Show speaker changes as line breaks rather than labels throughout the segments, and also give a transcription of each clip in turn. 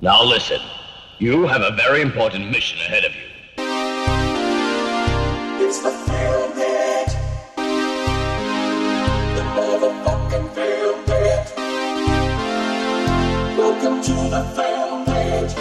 Now listen, you have a very important mission ahead of you.
It's the Film Minute. The motherfucking Film Minute. Welcome to the Film Minute.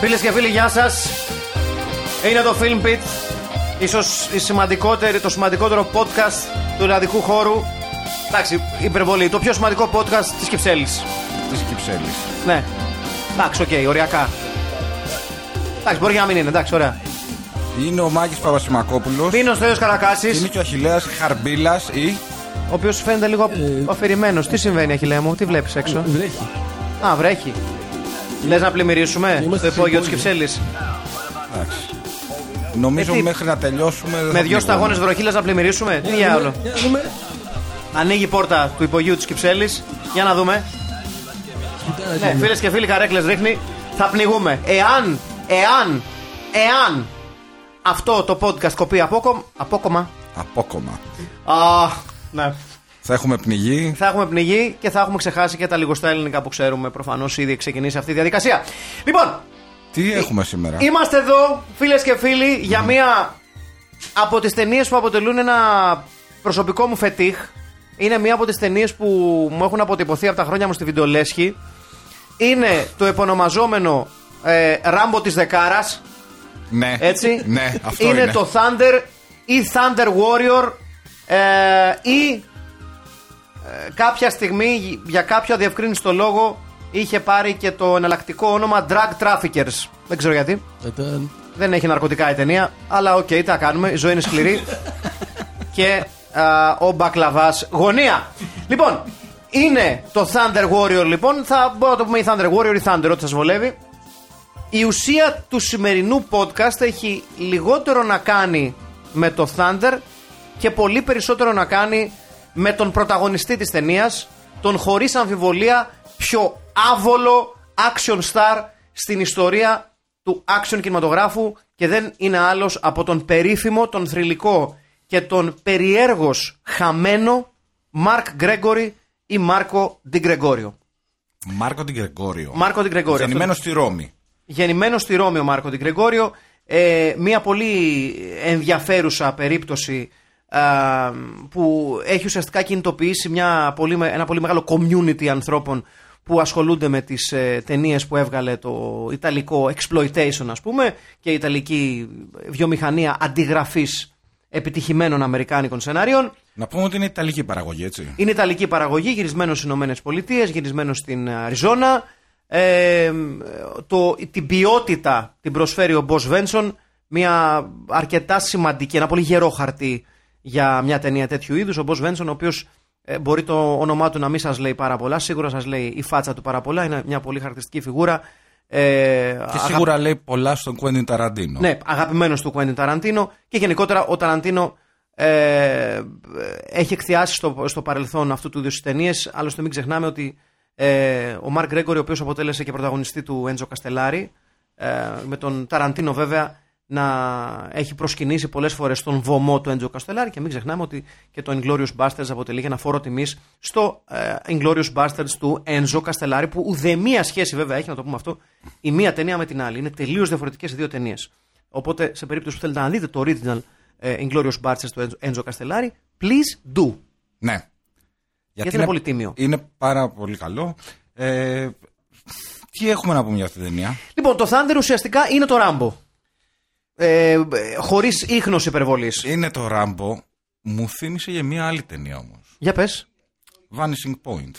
Φίλε και φίλοι, γεια σας. Είναι το Film Pit, ίσως το σημαντικότερο podcast του ελλαδικού χώρου. Εντάξει, υπερβολή. Το πιο σημαντικό podcast της Κυψέλης.
Της Κυψέλης.
Ναι. Εντάξει, οκ, οριακά. Εντάξει, μπορεί και να μην είναι, εντάξει, ωραία.
Είναι ο Μάκης Παπασημακόπουλος.
Πίνω στο Θεό
Είναι
Καρακάση,
και ο Αχηλέα Χαρμπίλας ή.
ο οποίος φαίνεται λίγο αφηρημένος. Τι συμβαίνει, Αχιλέ μου, τι βλέπεις έξω.
Ε, Βρέχει. Ναι.
Α, βρέχει. Λες να πλημμυρίσουμε
Είμαστε
το υπόγειο τη
στην
Κυψέλης.
Εντάξει. Νομίζω
Ε, τι-
μέχρι να τελειώσουμε. δεν θα
Με δυο
πνιγούμε.
σταγόνε βροχίλα να πλημμυρίσουμε. Τι διάολο.
Για να δούμε.
Ανοίγει η πόρτα του υπογείου της Κυψέλης. Για να δούμε.
Κοιτάξτε.
Ναι, φίλες και φίλοι, καρέκλες ρίχνει. Θα πνιγούμε. Εάν, εάν, εάν αυτό το podcast κοπεί απόκο- απόκομα.
Απόκομα.
Α, ναι.
Θα έχουμε πνιγεί.
Θα έχουμε πνιγεί και θα έχουμε ξεχάσει και τα λιγοστά ελληνικά που ξέρουμε. Προφανώς ήδη έχει ξεκινήσει αυτή η διαδικασία. Λοιπόν,
Τι έχουμε σήμερα.
είμαστε εδώ, φίλες και φίλοι, για μία από τις ταινίες που αποτελούν ένα προσωπικό μου φετίχ. Είναι μία από τις ταινίες που μου έχουν αποτυπωθεί από τα χρόνια μου στη Βιντεολέσχη. Είναι το επωνομαζόμενο ε, Ράμπο της Δεκάρας
Ναι.
έτσι.
Ναι, αυτό
είναι,
είναι.
το Thunder ή Thunder Warrior ε, ή ε, κάποια στιγμή για κάποιο αδιευκρίνηστο λόγο είχε πάρει και το εναλλακτικό όνομα Drug Traffickers. Δεν ξέρω γιατί.
Ήταν.
Δεν έχει ναρκωτικά η ταινία, αλλά οκ, τα κάνουμε. Η ζωή είναι σκληρή. και α, ο Μπακλαβάς γωνία. Λοιπόν, είναι το Thunder Warrior, λοιπόν. Θα μπορώ να το πούμε ή Thunder Warrior ή Thunder, ό,τι σας βολεύει. Η ουσία του σημερινού podcast έχει λιγότερο να κάνει με το Thunder και πολύ περισσότερο να κάνει με τον πρωταγωνιστή της ταινίας, τον χωρίς αμφιβολία πιο άβολο action star στην ιστορία του action κινηματογράφου και δεν είναι άλλος από τον περίφημο, τον θρηλυκό και τον περιέργως χαμένο Μαρκ Γκρέγκορη ή Μάρκο Ντιγκρεγόριο.
Μάρκο την Γκρεγόριο.
Μάρκο Ντιγκρεγόριο.
Γεννημένος στη Ρώμη.
Γεννημένος στη Ρώμη ο Μάρκο Τιγκρεγόριο. Ε, μια πολύ ενδιαφέρουσα περίπτωση α, που έχει ουσιαστικά κινητοποιήσει μια πολύ, με- ένα πολύ μεγάλο community ανθρώπων που ασχολούνται με τις ε, ταινίες που έβγαλε το ιταλικό exploitation ας πούμε και η ιταλική βιομηχανία αντιγραφής επιτυχημένων αμερικάνικων σενάριων.
Να πούμε ότι είναι ιταλική παραγωγή, έτσι.
Είναι Ιταλική παραγωγή, γυρισμένο στις Ηνωμένες Πολιτείες, γυρισμένο στην Αριζόνα. Ε, το, την ποιότητα την προσφέρει ο Μπό Βένσον, μια αρκετά σημαντική, ένα πολύ γερό χαρτί για μια ταινία τέτοιου είδους. Ο Μπό Βένσον, ο οποίος μπορεί το όνομά του να μην σας λέει πάρα πολλά, σίγουρα σας λέει η φάτσα του πάρα πολλά, είναι μια πολύ χαρακτηριστική φιγούρα. Ε,
Και
αγαπη-
σίγουρα λέει πολλά στον Κουέντιν Ταραντίνο.
ναι, αγαπημένος του Κουέντιν Ταραντίνο και γενικότερα ο Ταραντίνο ε, έχει εκθιάσει στο, στο παρελθόν αυτού του είδους ταινίες. Άλλωστε, μην ξεχνάμε ότι ε, ο Μαρκ Γκρέγκορη, ο οποίος αποτέλεσε και πρωταγωνιστή του Έντζο Καστελάρη, ε, με τον Ταραντίνο βέβαια να έχει προσκυνήσει πολλές φορές τον βωμό του Έντζο Καστελάρη και μην ξεχνάμε ότι και το Inglourious Basterds αποτελεί και ένα φόρο τιμής στο ε, Inglourious Basterds του Έντζο Καστελάρη, που ουδέμια σχέση βέβαια έχει, να το πούμε αυτό, η μία ταινία με την άλλη. Είναι τελείως διαφορετικές οι δύο ταινίες. Οπότε, σε περίπτωση που θέλετε να δείτε το original ε, Inglourious Basterds του Enzo- Enzo Castellari, please do.
Ναι.
είναι πολύ τίμιο.
Είναι πάρα πολύ καλό. Ε, τι έχουμε να πούμε για αυτή την ταινία.
Λοιπόν, το Thunder ουσιαστικά είναι το Rambo. ε, χωρίς ίχνος υπερβολής.
Είναι το Ράμπο. Μου θύμισε για μια άλλη ταινία όμως.
Για πες.
Vanishing Point.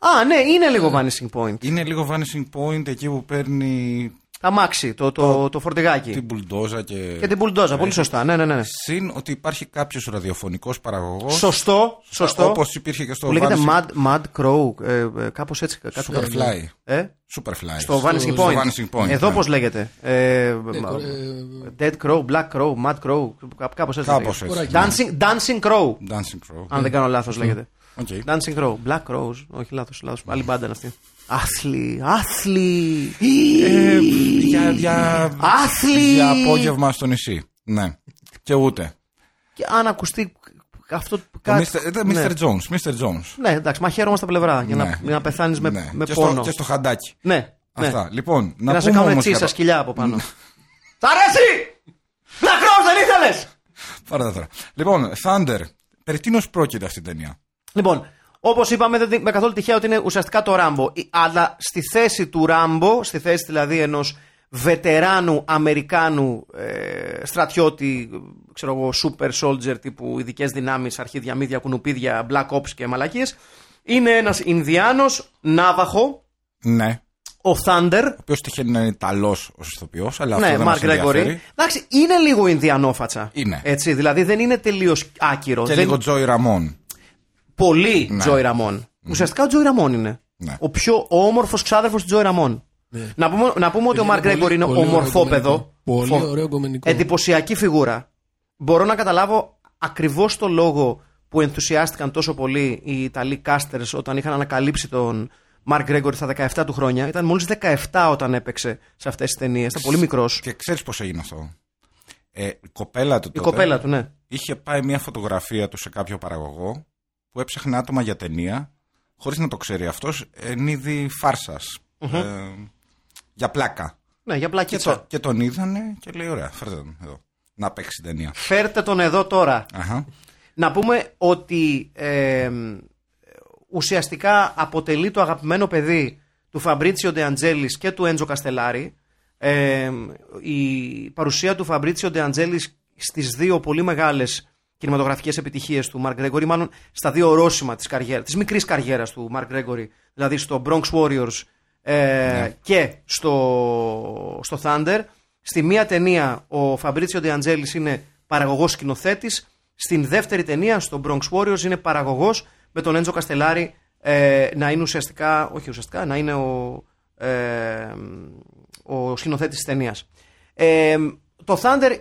Α, ναι, είναι λίγο Vanishing Point.
Είναι λίγο Vanishing Point εκεί που παίρνει
Αμάξι, το, το, το, φορτηγάκι.
την μπουλντόζα και.
Και την μπουλντόζα, πολύ
Ε,
σωστά. Ναι, ναι, ναι. ναι.
Συν ότι υπάρχει κάποιος ραδιοφωνικός παραγωγός.
Σωστό, σωστό.
Όπως υπήρχε και στο
που λέγεται
Vanishing-
Mad, Mad Crow, ε, ε, κάπως έτσι. κάπου-
Superfly.
Ε,
Superfly.
στο, Vanishing
στο
Point.
Vanishing Point,
Εδώ
ναι.
πώς λέγεται. Ε, μα-
κορε-
Dead Crow, Black Crow, Mad Crow, κάπως έτσι.
Κάπως
λέγεται.
έτσι. ναι.
Dancing, Dancing Crow,
Dancing Crow.
αν δεν κάνω λάθος λέγεται.
Οκ.
Dancing Crow, Black Rose, όχι λάθος, λάθος. Άλλη μπάντα είναι αυτή. Άθλη, άθλη.
Ε, για, για,
Άθλη!
για απόγευμα στο νησί. Ναι. Και ούτε.
Και αν ακουστεί αυτό
Ο
κάτι.
Mr. ε, δεν,
ναι.
Mr. Jones. Mr. Jones.
Ναι, εντάξει, μαχαίρωμα στα πλευρά για να,
Ναι.
για να πεθάνεις με,
Ναι.
με
και
πόνο.
Στο, και στο χαντάκι.
Ναι, ναι.
Αυτά. Λοιπόν,
Και
να,
να σε
πούμε
κάνουν
όμως...
τσίσα
για- Ναι.
σκυλιά από πάνω. Τ' αρέσει! Black Rose δεν ήθελες!
Πάρε τα τώρα. Λοιπόν, Thunder. Περί τίνος πρόκειται αυτή η ταινία.
Λοιπόν, όπως είπαμε, δεν είναι καθόλου τυχαία ότι είναι ουσιαστικά το Ράμπο. Η- Αλλά στη θέση του Ράμπο, στη θέση δηλαδή ενός βετεράνου Αμερικάνου ε, στρατιώτη, ε, ξέρω εγώ, super soldier τύπου ειδικές δυνάμεις, αρχίδια, μύδια, κουνουπίδια, black ops και μαλακίες, είναι ένας Ινδιάνος, Ναύαχο,
Ναι.
ο Thunder.
Ο οποίος τυχαίνει να είναι Ιταλός ω ηθοποιό, αλλά αυτό
Ναι,
δεν
Μαρκ
μας
Γκρέγκορη.
ενδιαφέρει.
Εντάξει, είναι λίγο Ινδιανόφατσα.
Είναι.
Έτσι, δηλαδή δεν είναι τελείως άκυρος.
Και
δεν...
λίγο Τζόι Ραμόν.
πολύ Τζόι Ραμόν. Ουσιαστικά ο Τζόι Ραμόν είναι.
Ναι.
Ο πιο όμορφος ξάδερφος του Τζόι Ραμόν. Να πούμε, να πούμε ότι ο Μαρκ Γκρέγκορ είναι
Ναι. Πολύ ωραίο
ομορφόπεδο. Ε,
κομμενικό. Πολύ
Φο-
ωραίο κομμενικό.
Εντυπωσιακή φιγούρα. Μπορώ να καταλάβω ακριβώς το λόγο που ενθουσιάστηκαν τόσο πολύ οι Ιταλοί casters όταν είχαν ανακαλύψει τον Μαρκ Γκρέγκορ στα 17 του χρόνια. Ήταν μόλις 17 όταν έπαιξε σε αυτές τις ταινίες. Ήταν πολύ μικρός.
Και ξέρεις πώς έγινε αυτό. Ε, η κοπέλα του
Η
τότε
κοπέλα του, ναι.
είχε πάει μια φωτογραφία του σε κάποιο παραγωγό που έψαχνε άτομα για ταινία χωρίς να το ξέρει αυτός εν είδη φάρσας, Ε, για πλάκα.
Ναι, για
Και,
πλακίτσα.
το- και τον είδανε και λέει: Ωραία, φέρτε τον εδώ να παίξει ταινία.
Φέρτε τον εδώ τώρα.
Αχα.
Να πούμε ότι ε, ουσιαστικά αποτελεί το αγαπημένο παιδί του Φαμπρίτσιο Ντεαντζέλη και του Έντζο Καστελάρη. Ε, η παρουσία του Φαμπρίτσιο Ντεαντζέλη στις δύο πολύ μεγάλες κινηματογραφικές επιτυχίες του Μαρκ Γκρέγκορη, μάλλον στα δύο ορόσημα της καριέρας, της μικρής καριέρας του Μαρκ Γκρέγκορη, δηλαδή στο Bronx Warriors ε, και στο, στο Thunder. Στη μία ταινία ο Φαμπρίτσιο Ντεαντζέλη είναι παραγωγός σκηνοθέτης, στην δεύτερη ταινία, στο Bronx Warriors, είναι παραγωγός με τον Έντζο Καστελάρη ε, να είναι ουσιαστικά, όχι ουσιαστικά, να είναι ο, ε, ο σκηνοθέτης της ταινίας. Ε, το Thunder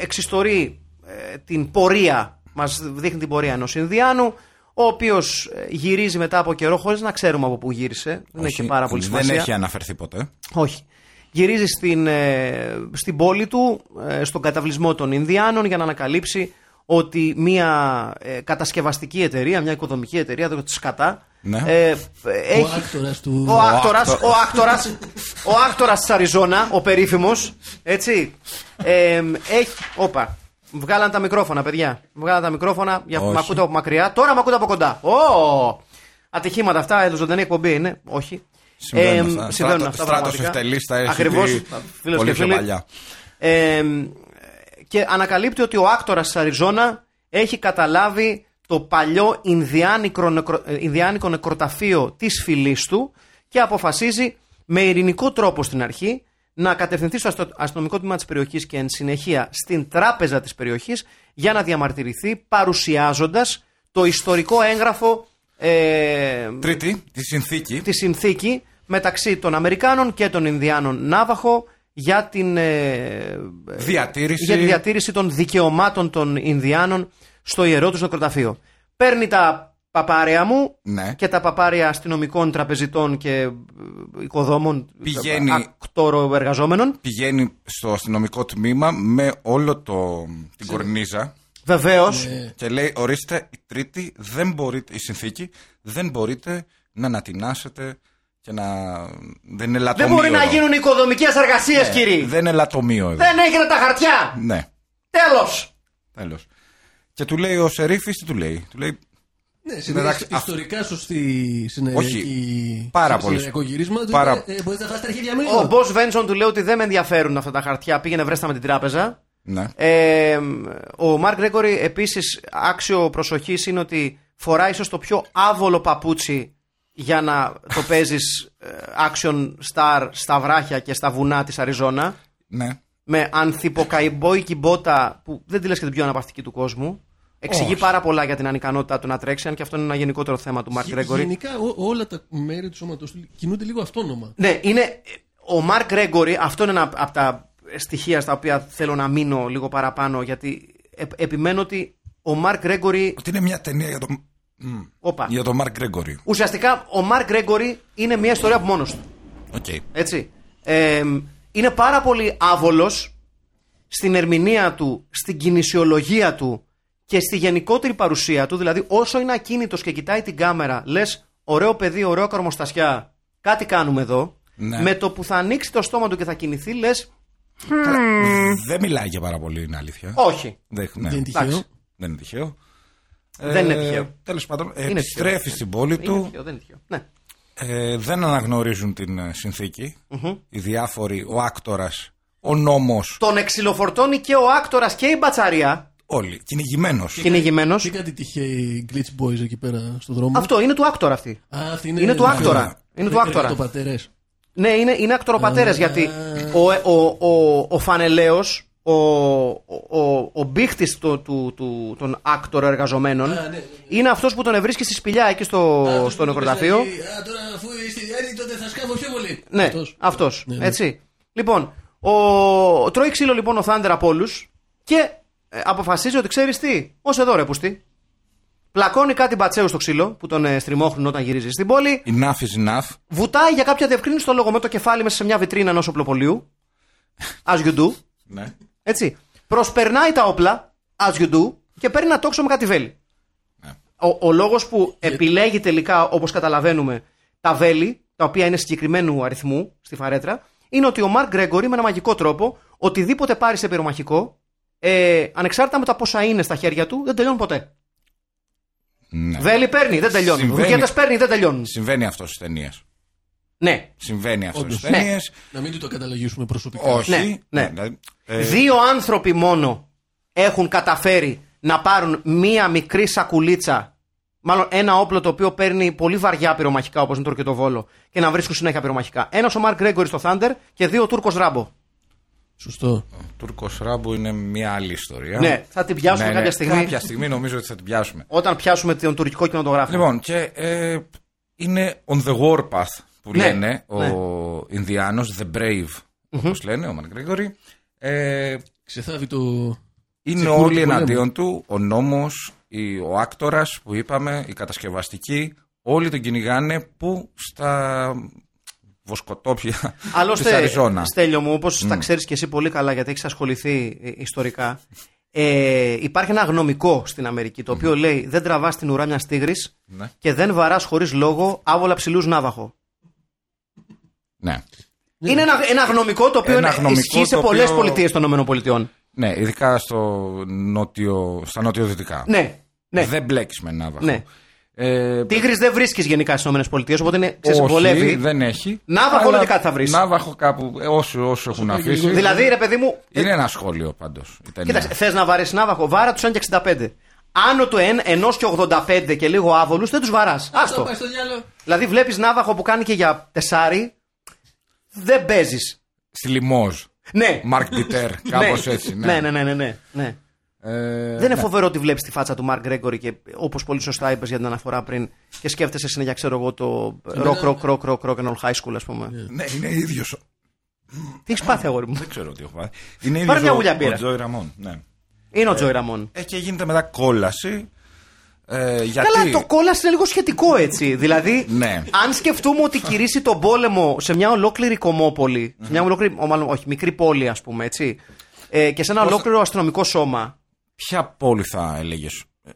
εξιστορεί ε, την πορεία, μας δείχνει την πορεία ενός Ινδιάνου, ο οποίος γυρίζει μετά από καιρό, χωρίς να ξέρουμε από πού γύρισε. Δεν έχει
Όχι,
πάρα πολύ σημασία.
Δεν έχει αναφερθεί ποτέ.
Όχι. Γυρίζει στην, ε, στην πόλη του, ε, στον καταβλισμό των Ινδιάνων για να ανακαλύψει ότι μια ε, κατασκευαστική εταιρεία, μια οικοδομική εταιρεία, δεν της κατά, ε,
Ναι.
Ο
έχει...
άκτορας του.
Ο άκτορας, ο άκτορας, ο άκτορας της Αριζόνα, ο περίφημος, έτσι, ε, έχει... Όπα, βγάλαν τα μικρόφωνα, παιδιά. Βγάλαν τα μικρόφωνα, για
Όχι.
μ' ακούτε από μακριά. Τώρα μ' ακούτε από κοντά. Ω! Ατυχήματα αυτά, εδώ ζωντανή εκπομπή είναι. Όχι.
Συμβαίνουν αυτά.
συμβαίνουν
Στράτο-
αυτά
Στράτος
πραγματικά.
Ευτελής τα έχει
Ακριβώς,
δει
φίλες
πολύ
και
πιο
φίλοι.
παλιά.
Ε, και ανακαλύπτει ότι ο άκτορας της Αριζόνα έχει καταλάβει το παλιό Ινδιάνικο, νεκρο, ε, Ινδιάνικο νεκροταφείο της φυλής του και αποφασίζει με ειρηνικό τρόπο στην αρχή να κατευθυνθεί στο αστρο- αστυνομικό τμήμα της περιοχής και εν συνεχεία στην τράπεζα της περιοχής για να διαμαρτυρηθεί παρουσιάζοντας το ιστορικό έγγραφο ε,
Τρίτη, τη συνθήκη.
τη συνθήκη μεταξύ των Αμερικάνων και των Ινδιάνων Ναύαχο για την ε,
Διατήρηση.
για τη διατήρηση των δικαιωμάτων των Ινδιάνων στο ιερό τους νεκροταφείο. Παίρνει τα παπάρια μου
Ναι.
και τα παπάρια αστυνομικών, τραπεζιτών και ε, οικοδόμων,
Πηγαίνει-
ακτόρο εργαζόμενων.
Πηγαίνει στο αστυνομικό τμήμα με όλο το, την κορνίζα
Βεβαίως.
και λέει: Ορίστε, η τρίτη δεν μπορείτε, η συνθήκη δεν μπορείτε να ανατινάσετε και να. Δεν είναι
Δεν
λατομείο.
μπορεί να γίνουν οικοδομικές εργασίες, κύριοι.
Δεν είναι λατομείο εδώ.
Δεν έγινε τα χαρτιά.
Ναι,
Τέλος.
τέλος. Και του λέει ο Σερίφης, τι του λέει. Του λέει:
Ναι, συνεργα...
Εντάξει, αυτό-
ιστορικά σωστή συνεργειακή...
Όχι, πάρα πολύ
συνεργειακό γύρισμα. ότι
Πάρα-
ε, ε, μπορείς να φας τα αρχίδια μου.
Ο Μπό Βένσον του λέει ότι δεν με ενδιαφέρουν αυτά τα χαρτιά. Πήγαινε βρέστα με την τράπεζα.
Ναι.
Ε, ο Μαρκ Γκρέγκορη επίσης άξιο προσοχής είναι ότι φοράει ίσως το πιο άβολο παπούτσι για να το παίζεις action star στα βράχια και στα βουνά της Αριζόνα.
ναι.
Με ανθυποκαϊμπόικη μπότα που δεν τη λες και την πιο αναπαυτική του κόσμου. Εξηγεί
Όχι.
πάρα πολλά για την ανικανότητά του να τρέξει, αν και αυτό είναι ένα γενικότερο θέμα του Μαρκ
Γε-
Γκρέγκορη.
Γενικά ό, όλα τα μέρη του σώματος του κινούνται λίγο αυτόνομα.
Ναι, είναι. Ο Μαρκ Γκρέγκορη, αυτό είναι ένα από τα στοιχεία στα οποία θέλω να μείνω λίγο παραπάνω, γιατί επ- επιμένω ότι ο Μαρκ Γκρέγκορη.
Ότι είναι μια ταινία για τον, μ,
Όπα.
για τον Μαρκ Γκρέγκορη.
Ουσιαστικά ο Μαρκ Γκρέγκορη είναι μια ιστορία από μόνος του.
Οκ.
Έτσι. Ε, είναι πάρα πολύ άβολος στην ερμηνεία του, στην κινησιολογία του και στη γενικότερη παρουσία του. Δηλαδή, όσο είναι ακίνητος και κοιτάει την κάμερα, λες ωραίο παιδί, ωραίο καρμοστασιά, κάτι κάνουμε εδώ.
Ναι.
Με το που θα ανοίξει το στόμα του και θα κινηθεί, λες
Καλά, Δεν μιλάει και πάρα πολύ, είναι αλήθεια.
όχι.
Δεν, ναι.
Δεν είναι τυχαίο.
εντάξει.
Δεν είναι τυχαίο.
Δεν είναι τυχαίο.
Τέλος πάντων,
Είναι
επιστρέφει
τυχαίο.
στην πόλη
Είναι
του.
τυχαίο, δεν είναι τυχαίο. Ναι.
Ε, δεν αναγνωρίζουν την ε, συνθήκη. Οι διάφοροι, ο άκτορας, ο νόμος,
Τον εξυλοφορτώνει και ο άκτορας και η μπατσαρία.
όλοι. Κυνηγημένο.
Κυνηγημένο.
Και κάτι τυχαίοι glitch boys εκεί πέρα στον δρόμο.
Αυτό είναι του άκτορα αυτή.
Α, αυτή Ναι. Ε,
Είναι του άκτορα.
άκτορα.
Είναι του άκτορα.
Το πατέρες.
Ναι, είναι, είναι ακτοροπατέρες
Α.
γιατί ο, ο, ο, ο Φανελέος, ο, ο, ο, ο μπήχτης του, του, του, των άκτορο εργαζομένων,
Α, ναι, ναι, ναι.
είναι αυτός που τον ευρίσκει στη σπηλιά εκεί στο,
Α, αυτός
στο
που του
νεκροταφείο.
λες, «Α, Τώρα αφού είστε διάρκεια τότε θα σκάβω πιο πολύ.
Ναι,
Αυτός.
αυτός,
Ναι, ναι.
έτσι. Λοιπόν, ο, τρώει ξύλο λοιπόν ο Θάντερ από όλους και ε, αποφασίζει ότι ξέρεις τι, ως εδώ ρε πουστή. Πλακώνει κάτι μπατσέου στο ξύλο που τον ε, στριμώχνουν όταν γυρίζει στην πόλη.
Enough is enough.
βουτάει για κάποια διευκρίνηση στο λόγο με το κεφάλι μέσα σε μια βιτρίνα ενός οπλοπολίου. As you do.
Ναι.
Έτσι. Προσπερνάει τα όπλα. As you do. Και παίρνει ένα τόξο με κάτι βέλη.
Ναι.
Ο, ο λόγος που επιλέγει τελικά, όπως καταλαβαίνουμε, τα βέλη, τα οποία είναι συγκεκριμένου αριθμού στη φαρέτρα, είναι ότι ο Μαρκ Γκρέγκορη με ένα μαγικό τρόπο, οτιδήποτε πάρει σε πυρομαχικό, ε, ανεξάρτητα με τα πόσα είναι στα χέρια του, δεν τελειώνουν ποτέ.
Ναι.
Βέλη παίρνει, δεν τελειώνουν.
Συμβαίνει.
Βουκέτε παίρνει, δεν τελειώνουν.
Συμβαίνει αυτό στις ταινίες.
Ναι.
Συμβαίνει αυτό στις
Όντως.
ταινίες.
Να μην του το καταλογίσουμε προσωπικά.
Όχι.
Ναι, ναι.
δηλαδή, ε,
Δύο άνθρωποι μόνο έχουν καταφέρει να πάρουν μία μικρή σακουλίτσα. Μάλλον ένα όπλο το οποίο παίρνει πολύ βαριά πυρομαχικά, όπως είναι το ροκετοβόλο, και να βρίσκουν συνέχεια πυρομαχικά. Ένας ο Μαρκ Γκρέγκορη στο Thunder και δύο ο Τούρκος Ράμπο.
Σωστό.
Τούρκος Ράμπου είναι μια άλλη ιστορία.
Ναι, θα την πιάσουμε κάποια στιγμή.
Κάποια στιγμή νομίζω ότι θα την πιάσουμε.
Όταν πιάσουμε τον τουρκικό κινηματογράφο.
Λοιπόν, και ε, είναι on the warpath που
Ναι,
λένε ο
ναι.
Ινδιάνος, the brave, όπως λένε, ο Μαν Γκρέγκορη. Ε,
Ξεθάβει το.
είναι
Τσεκούρι
όλοι
του πολέμου.
εναντίον του, ο νόμος, η, ο άκτορας που είπαμε, η κατασκευαστική, όλοι τον κυνηγάνε που στα βοσκοτόπια της
Άλλωστε,
Αριζόνα.
Στέλιο μου, όπως τα ξέρεις και εσύ πολύ καλά, γιατί έχεις ασχοληθεί ε, ιστορικά, ε, υπάρχει ένα γνωμικό στην Αμερική το οποίο λέει Δεν τραβάς την ουρά μιας τίγρης
Ναι.
και δεν βαράς χωρίς λόγο άβολα ψηλούς ναύαχο.
Ναι.
Είναι ένα, ένα γνωμικό το οποίο
Ένα
είναι-
γνωμικό
ισχύει σε
το
πολλές
οποίο-
πολιτείες των ΗΠΑ.
ναι, ειδικά στο νότιο, στα νότιο-δυτικά.
Ναι, ναι.
Δεν μπλέκεις με ναύαχο.
ναι.
Ε,
Τίγρης δεν βρίσκεις γενικά στις ΗΠΑ, οπότε είναι, ξέρεις,
Όχι,
βολεύει.
δεν έχει.
Ναύαχο
Αλλά
όλο και κάτι θα βρεις.
Ναύαχο κάπου, ε, όσο, όσο έχουν
πάει
αφήσει.
γρήγορα.
Δηλαδή, ρε παιδί μου,
Είναι ένα σχόλιο πάντως.
Κοίταξε, θες να βαρέσεις ναύαχο, βάρα τους 1,65. Άνω του 1 και 85 και λίγο άβολους δεν τους βαράς.
Αυτό
Άστο.
πάει στο διάλογο.
Δηλαδή βλέπεις ναύαχο που κάνει και για τεσάρι. Δεν παίζεις.
Στη Λιμόζ.
Ναι.
Μαρκ Πιτέρ, κάπως έτσι. Ναι.
ναι, ναι, ναι, ναι, ναι, ναι.
Ε,
δεν είναι φοβερό ότι βλέπεις τη φάτσα του Μαρκ Γκρέγκορη και όπως πολύ σωστά είπες για την αναφορά πριν και σκέφτεσαι συνέχεια, ξέρω εγώ, το rock, rock, rock, rock, rock and roll high school, ας πούμε.
ναι, είναι ίδιος.
Τι έχεις πάθει, αγόρι μου.
Δεν ξέρω τι έχω πάθει. Είναι
Πάρε μια
ίδιο
γουλιά
ο,
μπύρα.
ο Τζόι Ραμόν. Ναι.
Είναι ο Τζόι Ραμόν.
Ε, και γίνεται μετά κόλαση. Ε, γιατί.
Καλά, το κόλαση είναι λίγο σχετικό έτσι. δηλαδή,
Ναι.
αν σκεφτούμε ότι κηρύσσει τον πόλεμο σε μια ολόκληρη κομμόπολη, σε μια ολόκληρη, ο, μάλλον, όχι, μικρή πόλη, ας πούμε, έτσι, ε, και σε ένα ολόκληρο αστυνομικό σώμα.
Ποια πόλη θα έλεγες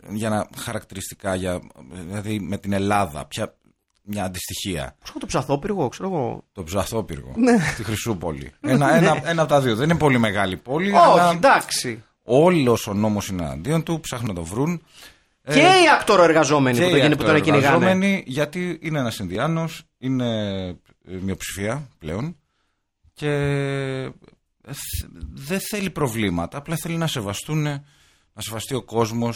για να χαρακτηριστικά, για, δηλαδή με την Ελλάδα, ποια, μια αντιστοιχεία.
Πώ έχω το ψαθόπυργο, ξέρω εγώ.
Το Ψαθόπυργο. Τη Χρυσούπολη. Ένα, ένα, ένα από τα δύο. Δεν είναι πολύ μεγάλη πόλη. αλλά-
Όχι, εντάξει.
Όλος ο νόμος είναι εναντίον του, ψάχνουν να το βρουν.
Και οι ακτοροεργαζόμενοι
Ε, Και
που το
οι
γίνει που τον κυνηγάνε.
ακτοροεργαζόμενοι, Γιατί είναι ένας Ινδιάνος, είναι ε, μειοψηφία πλέον και ε, θ- δεν θέλει προβλήματα. Απλά θέλει να σεβαστούν, να σεβαστεί ο κόσμος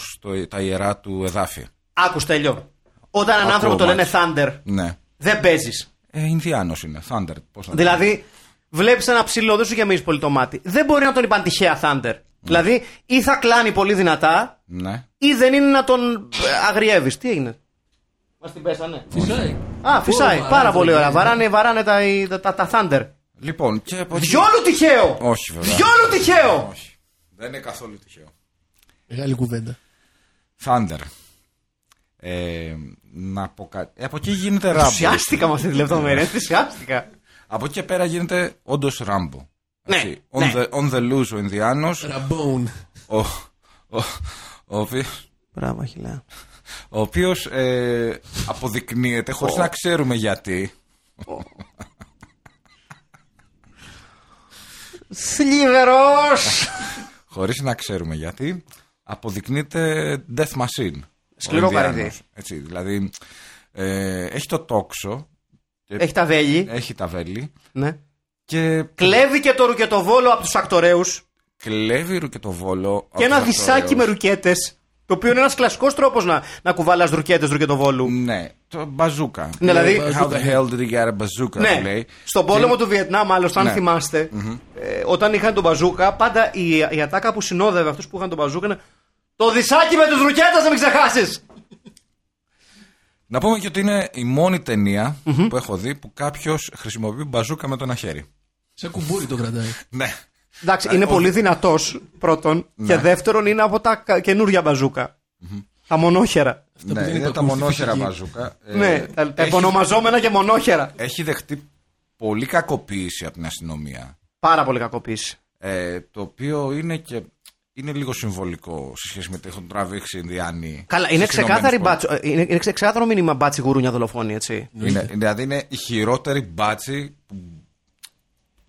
τα ιερά του εδάφη.
Άκου τελειώ. Όταν έναν
Ακούω,
άνθρωπο το λένε
Μάκη.
Thunder,
Ναι.
δεν παίζεις.
Ε, Ινδιάνος είναι, Thunder. Πώς να το
Δηλαδή, βλέπεις ένα ψηλό, δεν σου γεμίζει πολύ το μάτι. Δεν μπορεί να τον είπαν τυχαία
Ναι.
Thunder. Δηλαδή, ή θα κλάνει πολύ δυνατά,
πω. Ναι.
ή δεν είναι να τον αγριεύεις. Τι έγινε. Μας την πέσανε.
Φυσάει.
Α, φυσάει.
Ω,
Πάρα
βαράνε,
πολύ ωραία.
βαράνε.
Βαράνε, βαράνε τα, οι- τα, τα, τα Thunder.
Λοιπόν, και από εκεί-
Διόλου τυχαίο!
Όχι, βέβαια.
Διόλου τυχαίο!
Όχι. Δεν είναι καθόλου τυχαίο.
Μεγάλη κουβέντα.
Thunder. Ε, να πω κάτι. Ε, από εκεί γίνεται ράμπο.
Θυσιάστηκα με αυτή τη λεπτομέρεια. Θυσιάστηκα.
Από εκεί και πέρα γίνεται όντως ράμπο.
Ναι,
Έτσι, on,
ναι.
The, on the loose ο Ινδιάνος.
Ραμπόουν.
Ο, ο, ο, οποίος-
Μπράβο, χιλά.
ο οποίος ε, αποδεικνύεται χωρίς να ξέρουμε γιατί.
Σλίβερο!
Χωρίς να ξέρουμε γιατί. Αποδεικνύεται death machine.
Σκληρό
ο Ινδιάνος.
παρελθόν.
Έτσι, δηλαδή ε, έχει το τόξο,
Έχει τα βέλη.
έχει τα βέλη
Ναι.
και
Κλέβει και το ρουκετοβόλο από τους ακτορέους
κλέβει ρουκετοβόλο. από
και ένα
τους
δισάκι με
Ακτοραίους.
ρουκέτες. Το οποίο είναι ένας κλασικός τρόπος να, να κουβαλάς ρουκέτες ρουκετοβόλου.
Ναι, το μπαζούκα.
Ναι, δηλαδή-
How the hell did you get a bazooka,
Ναι.
λέει.
Στον πόλεμο του Βιετνάμ, άλλωστε, αν
Ναι.
θυμάστε, ε, όταν είχαν τον μπαζούκα, πάντα η, η ατάκα που συνόδευε αυτούς που είχαν τον μπαζούκα είναι Το δισάκι με τους ρουκέτε, να μην ξεχάσεις!
Να πούμε και ότι είναι η μόνη ταινία που έχω δει που κάποιος χρησιμοποιεί μπαζούκα με το ένα χέρι.
Σαν κουμπούρι το κρατάει.
Ναι.
Εντάξει, είναι πολύ δυνατός πρώτον. Και δεύτερον, είναι από τα κα- καινούρια μπαζούκα. Τα μονόχερα.
που
ναι,
δεν
είναι τα
υπάρχουν στη
μονόχερα
φυσική.
μπαζούκα. Ε,
ναι, τα, τα
έχει,
επωνομαζόμενα και μονόχερα.
έχει δεχτεί πολύ κακοποίηση από την αστυνομία.
Πάρα πολύ κακοποίηση.
Ε, το οποίο είναι και είναι λίγο συμβολικό σε σχέση με το έχουν τραβήξει οι Ινδιάνοι.
Καλά, είναι,
στις
ξεκάθαρη
Ηνωμένες
μπάτσο, ε, είναι, είναι ξε- ξεκάθαρο μήνυμα μπάτσι γουρούνια δολοφόνη, έτσι.
Πολιτείες. Είναι, δηλαδή είναι η χειρότερη μπάτσι που.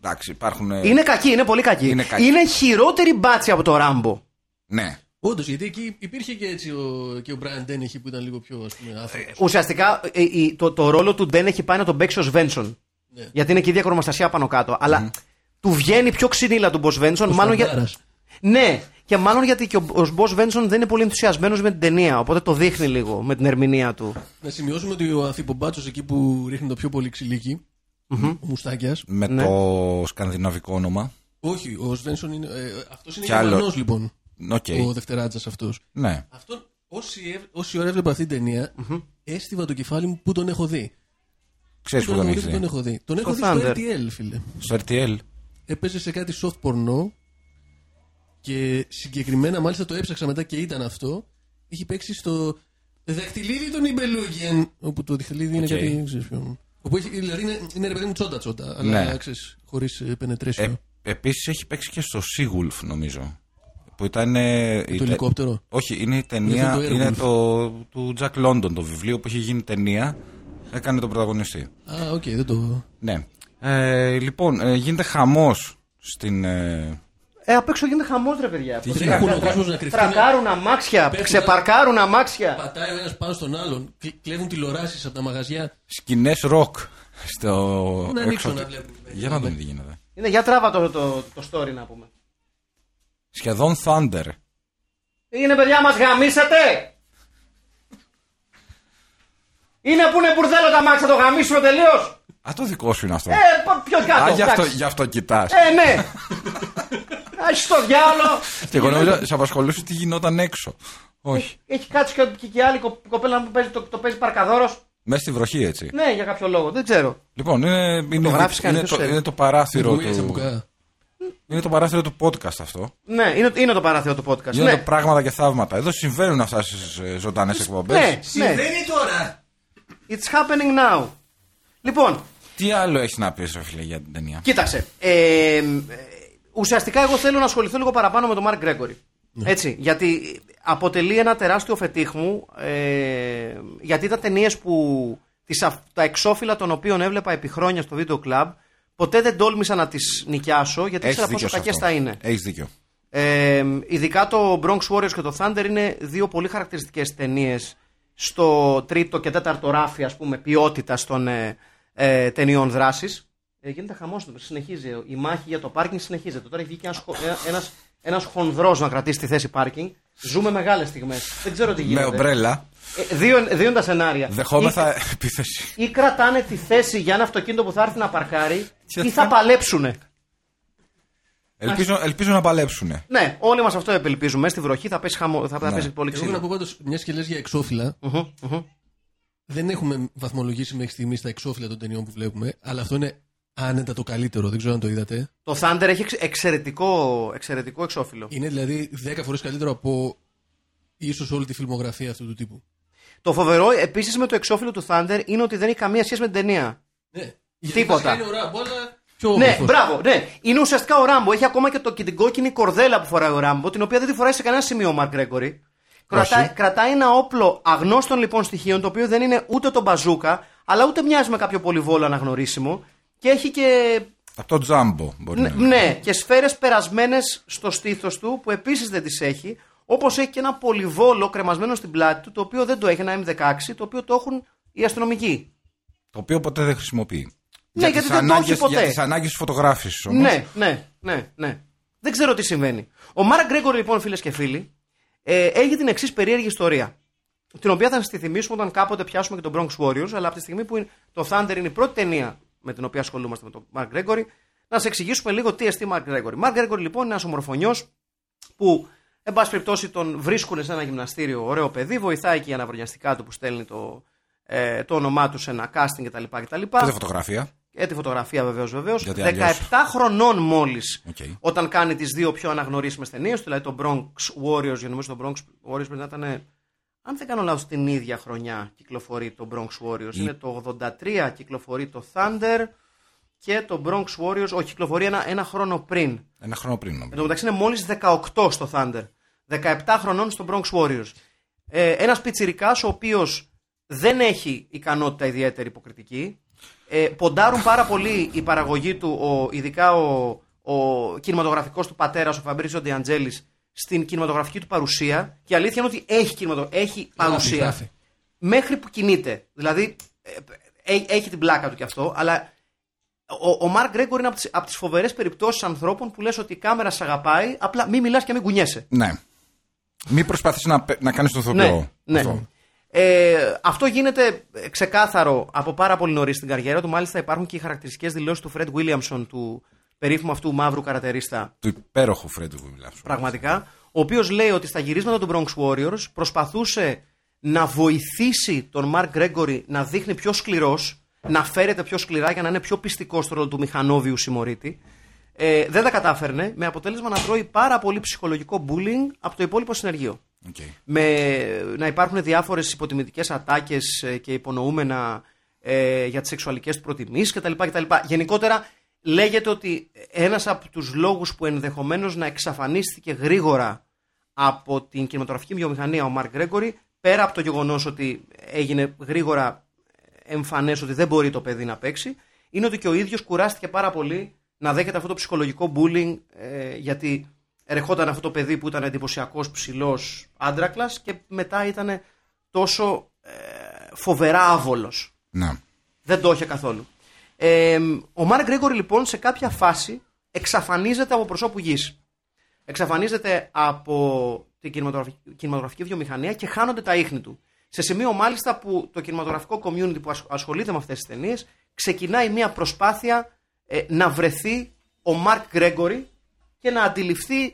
Εντάξει, υπάρχουν. ε,
Είναι κακή, είναι πολύ κακή.
Είναι κακή.
Είναι χειρότερη μπάτσι από το Ράμπο.
Ναι.
Όντως, γιατί εκεί υπήρχε και έτσι ο, και ο Brian Dennehy που ήταν λίγο πιο ας πούμε, άνθρωπος.
Ουσιαστικά ε, η- το, το ρόλο του Ντέν έχει πάει να τον παίξει ο Σβένσον.
Ναι.
Γιατί είναι και η ίδια κορμοστασία πάνω κάτω. Αλλά του βγαίνει πιο ξυνήλα του Μπο Βένσον. Ε, Μάλλον για...
φαντάρας.
Ναι, και μάλλον γιατί και ο, ο Μπο Βένσον δεν είναι πολύ ενθουσιασμένος με την ταινία. Οπότε το δείχνει λίγο με την ερμηνεία του.
Να σημειώσουμε ότι ο Ανθιπομπάτσο εκεί που ρίχνει το πιο πολύ ξυλίκι, ο Μουστάκιας.
με το σκανδιναβικό όνομα.
Όχι, ο Σβένσον είναι. Ε, αυτός είναι
Κι άλλο.
γερμανός λοιπόν.
Οκ.
Ο δευτεράτζα αυτός.
Ναι.
Αυτόν, όση, ευ- όση ώρα έβλεπα αυτή την ταινια έστειβα το κεφάλι μου που τον έχω δει.
Ξέρεις που τον
έχω
έχεις
δει, τον
δει.
έχω δει. Τον έχω δει
Thunder.
στο RTL, φίλε.
Στο RTL.
Έπαιζε σε κάτι soft πορνό και συγκεκριμένα μάλιστα το έψαξα μετά και ήταν αυτό. Είχε παίξει στο δαχτυλίδι των Ιμπελούγεν. Όπου το δαχτυλίδι είναι
Οκ.
κάτι. δεν Ξέρεις, ποιο. Όπου έχει, δηλαδή είναι, είναι ρε παιδί μου τσόντα τσόντα, αλλά
Ναι.
ξέρεις, χωρίς ε, penetration.
Ε, Επίσης έχει παίξει και στο Seagulf, νομίζω. Που ήταν. ε, η
το
τε-
ελικόπτερο.
Όχι, είναι η
Είναι
ταινία.
αυτό το
είναι
Airwolf.
το, του Jack London το βιβλίο που έχει γίνει ταινία. Έκανε τον πρωταγωνιστή.
Α, οκ, δεν το.
Ναι. Ε, λοιπόν, ε, γίνεται χαμός στην. ε,
Ε, απ' έξω γίνεται χαμός, ρε παιδιά.
Τι γίνεται,
Τρέχουν ο κόσμο να κρυφτεί.
Τρακάρουν αμάξια,
Πέφτουν-
ξεπαρκάρουν αμάξια.
Πατάει ο ένας πάνω στον άλλον. κλε- Κλέβουν τηλεοράσεις από τα μαγαζιά.
σκηνές ροκ. Στο.
Να ανοίξω
έξω-
να βλέπουμε.
Για να δούμε τι γίνεται.
Είναι για τράβα το, το, το story να πούμε.
Σχεδόν Thunder.
Είναι παιδιά μας γαμίσατε! Είναι που είναι μπουρδέλο τα μάξα, το γαμίσουμε τελείως!
Α, το δικό σου είναι αυτό.
Ε, πα- πιο κάτω,
Α, γι' αυτό,
εντάξει.
γι αυτό κοιτάς.
Ε, ναι! Ας το διάολο!
Και εγώ νόμιζα, σε απασχολούσε τι γινόταν έξω. Όχι.
Έχει κάτσει και, και, και άλλη κο- κοπέλα που παίζει, το, το παίζει παρκαδόρος.
Μέσα στη βροχή, έτσι.
Ναι, για κάποιο λόγο, δεν ξέρω.
Λοιπόν, είναι, είναι,
γράφεις
είναι,
κανείς,
το,
ξέρει.
είναι το παράθυρο
Γουία στα
του,
μπουκά.
είναι το παράθυρο του podcast αυτό.
Ναι, είναι, είναι το παράθυρο του podcast.
Γίνονται
Ναι,
πράγματα και θαύματα. Εδώ συμβαίνουν αυτά ε, στι ζωντανέ εκπομπές.
ναι, ναι.
τώρα!
It's happening now. Λοιπόν,
Τι άλλο έχεις να πεις, ρε φίλε, για την ταινία.
Κοίταξε. Ε, ε, ουσιαστικά εγώ θέλω να ασχοληθώ λίγο παραπάνω με τον Μαρκ Γκρέγκορη.
Ναι.
Έτσι, γιατί αποτελεί ένα τεράστιο φετίχ μου. Ε, γιατί τα ταινίες που. Τις, αυ- τα εξώφυλλα των οποίων έβλεπα επί χρόνια στο βίντεο κλαμπ, ποτέ δεν τόλμησα να τις νοικιάσω γιατί
Έχεις
ήξερα πόσο
σε
κακές
αυτό.
θα είναι.
Έχεις δίκιο.
Ε, ειδικά το Bronx Warriors και το Thunder είναι δύο πολύ χαρακτηριστικές ταινίες στο τρίτο και τέταρτο ράφι ας πούμε ποιότητας των ε, ε, ταινιών δράσης ε, γίνεται χαμός, συνεχίζει η μάχη για το πάρκινγκ συνεχίζεται τώρα έχει βγει και ένας, χο- ε, ένας, ένας χονδρός να κρατήσει τη θέση πάρκινγκ ζούμε μεγάλες στιγμές, δεν ξέρω τι
Με
γίνεται
ομπρέλα.
ε, δύο, δύο είναι τα σενάρια
Δεχόμεθα επίθεση.
ή, ή κρατάνε τη θέση για ένα αυτοκίνητο που θα έρθει να παρκάρει
Και
ή
θα-
θα παλέψουνε
Ελπίζω, ελπίζω να παλέψουνε.
ναι, όλοι μας αυτό επελπίζουμε. Στη βροχή θα πέσει, χαμό, θα, θα
Ναι.
πέσει πολύ
Εγώ
ξύλο.
να πω πάντως, μιας και λες για εξώφυλλα,
Μμμ, μμμ.
δεν έχουμε βαθμολογήσει μέχρι στιγμής τα εξώφυλλα των ταινιών που βλέπουμε, αλλά αυτό είναι άνετα το καλύτερο. Δεν ξέρω αν το είδατε.
Το Thunder έχει εξ- εξαιρετικό, εξαιρετικό εξώφυλλο.
Είναι δηλαδή 10 φορές καλύτερο από ίσως όλη τη φιλμογραφία αυτού του τύπου.
Το φοβερό επίσης με το εξώφυλλο του Thunder είναι ότι δεν έχει καμία σχέση με την ταινία.
Ναι.
Τίποτα.
Γιατί Είναι ο Ράμπο, αλλά πιο
Ναι,
όμορφος.
μπράβο, ναι. Είναι ουσιαστικά ο Ράμπο. Έχει ακόμα και το, και την κόκκινη κορδέλα που φοράει ο Ράμπο, την οποία δεν τη φοράει σε κανένα σημείο ο Μαρκ Γκρέγκορη. Κρατάει, κρατάει ένα όπλο αγνώστων λοιπόν στοιχείων, το οποίο δεν είναι ούτε το μπαζούκα, αλλά ούτε μοιάζει με κάποιο πολυβόλο αναγνωρίσιμο. Και έχει και.
Από το τζάμπο μπορεί
Ναι,
να είναι.
ναι, και σφαίρες περασμένες στο στήθος του, που επίσης δεν τις έχει. Όπως έχει και ένα πολυβόλο κρεμασμένο στην πλάτη του, το οποίο δεν το έχει, ένα M16, το οποίο το έχουν οι αστυνομικοί.
Το οποίο ποτέ δεν χρησιμοποιεί.
Ναι, γιατί
τις
δεν το έχει
ανάγκες-
ποτέ.
Για τις ανάγκες φωτογράφησης όμως.
Ναι, ναι, ναι, ναι. Δεν ξέρω τι συμβαίνει. Ο Μάρκ Γκρέγκορ, λοιπόν, φίλες και φίλοι, ε, έχει την εξής περίεργη ιστορία. Την οποία θα σας τη θυμίσουμε όταν κάποτε πιάσουμε και τον Bronx Warriors, αλλά από τη στιγμή που είναι- το Thunder είναι η πρώτη ταινία με την οποία ασχολούμαστε με τον Μάρκ Γκρέγκορ, να σα εξηγήσουμε λίγο τι εστί Μάρκ Γκρέγκορ. Μάρκ Γκρέγκορ, λοιπόν, είναι ένας ομορφωνιός που, εν πάση περιπτώσει, τον βρίσκουν σε ένα γυμναστήριο. Ωραίο παιδί, βοηθάει και η αναβρονιαστικά του που στέλνει το, ε, το όνομά του σε ένα casting κτλ. κτλ.
Ούτε φωτογραφία.
Ε, τη φωτογραφία βεβαίως, βεβαίως.
Γιατί
17
αλλιώς.
χρονών μόλις.
Οκ.
Όταν κάνει τις δύο πιο αναγνωρίσιμες ταινίες του, δηλαδή το Bronx Warriors, για νομίζω το Bronx Warriors πρέπει να ήταν. ε, Αν δεν κάνω λάθος, την ίδια χρονιά κυκλοφορεί το Bronx Warriors. Είναι το 83 κυκλοφορεί το Thunder και το Bronx Warriors. Όχι, κυκλοφορεί ένα, ένα χρόνο πριν.
Ένα χρόνο πριν νομίζω.
Εν τω μεταξύ είναι μόλις 18 στο Thunder. 17 χρονών στο Bronx Warriors. Ε, Ένας πιτσυρικά ο οποίος δεν έχει ικανότητα ιδιαίτερη υποκριτική. Ε, ποντάρουν πάρα πολύ η παραγωγή του, ο, ειδικά ο, ο κινηματογραφικός του πατέρας, ο Φαμπρίσιο Ντιαντζέλης, στην κινηματογραφική του παρουσία. Και η αλήθεια είναι ότι έχει, κινηματο... έχει παρουσία.
γράφει.
Μέχρι που κινείται. Δηλαδή ε, ε, έχει την πλάκα του κι αυτό, αλλά ο, ο Μαρκ Γκρέγκορ είναι από τις, από τις φοβερές περιπτώσεις ανθρώπων που λες ότι η κάμερα σε αγαπάει, απλά μη μιλάς και μην κουνιέσαι.
Ναι. Μην προσπαθείς να, πε- να κάνεις τον θοποιό.
ναι.
Αυτό.
Ε, αυτό γίνεται ε, ξεκάθαρο από πάρα πολύ νωρίς στην καριέρα του. Μάλιστα υπάρχουν και οι χαρακτηριστικές δηλώσεις του Φρεντ Βίλιαμσον, του περίφημου αυτού μαύρου καρατερίστα,
Του υπέροχου Φρέντου που μιλάω.
πραγματικά, ο οποίος λέει ότι στα γυρίσματα του Bronx Warriors προσπαθούσε να βοηθήσει τον Μαρκ Γκρέγκορη να δείχνει πιο σκληρός, να φέρεται πιο σκληρά για να είναι πιο πιστικός στο ρόλο του μηχανόβιου συμμορήτη. Ε, δεν τα κατάφερνε, με αποτέλεσμα να τρώει πάρα πολύ ψυχολογικό bullying από το υπόλοιπο συνεργείο.
Οκ.
Με, να υπάρχουν διάφορες υποτιμητικές ατάκες ε, και υπονοούμενα ε, για τις σεξουαλικές του προτιμήσεις κτλ. κτλ. Γενικότερα λέγεται ότι ένας από τους λόγους που ενδεχομένως να εξαφανίστηκε γρήγορα από την κινηματογραφική βιομηχανία ο Μαρκ Γκρέγκορη, πέρα από το γεγονός ότι έγινε γρήγορα εμφανές ότι δεν μπορεί το παιδί να παίξει, είναι ότι και ο ίδιος κουράστηκε πάρα πολύ να δέχεται αυτό το ψυχολογικό bullying, ε, γιατί ερχόταν αυτό το παιδί που ήταν εντυπωσιακός ψηλός άντρακλας και μετά ήταν τόσο ε, φοβερά άβολος.
Ναι.
Δεν το είχε καθόλου. Ε, ο Μάρκ Γκρέγκορη λοιπόν σε κάποια φάση εξαφανίζεται από προσώπου γης. Εξαφανίζεται από την κινηματογραφική, κινηματογραφική βιομηχανία και χάνονται τα ίχνη του. Σε σημείο μάλιστα που το κινηματογραφικό community που ασχ- ασχολείται με αυτές τις ταινίες ξεκινάει μια προσπάθεια ε, να βρεθεί ο Μάρκ Γκρέγκορη και να αντιληφθεί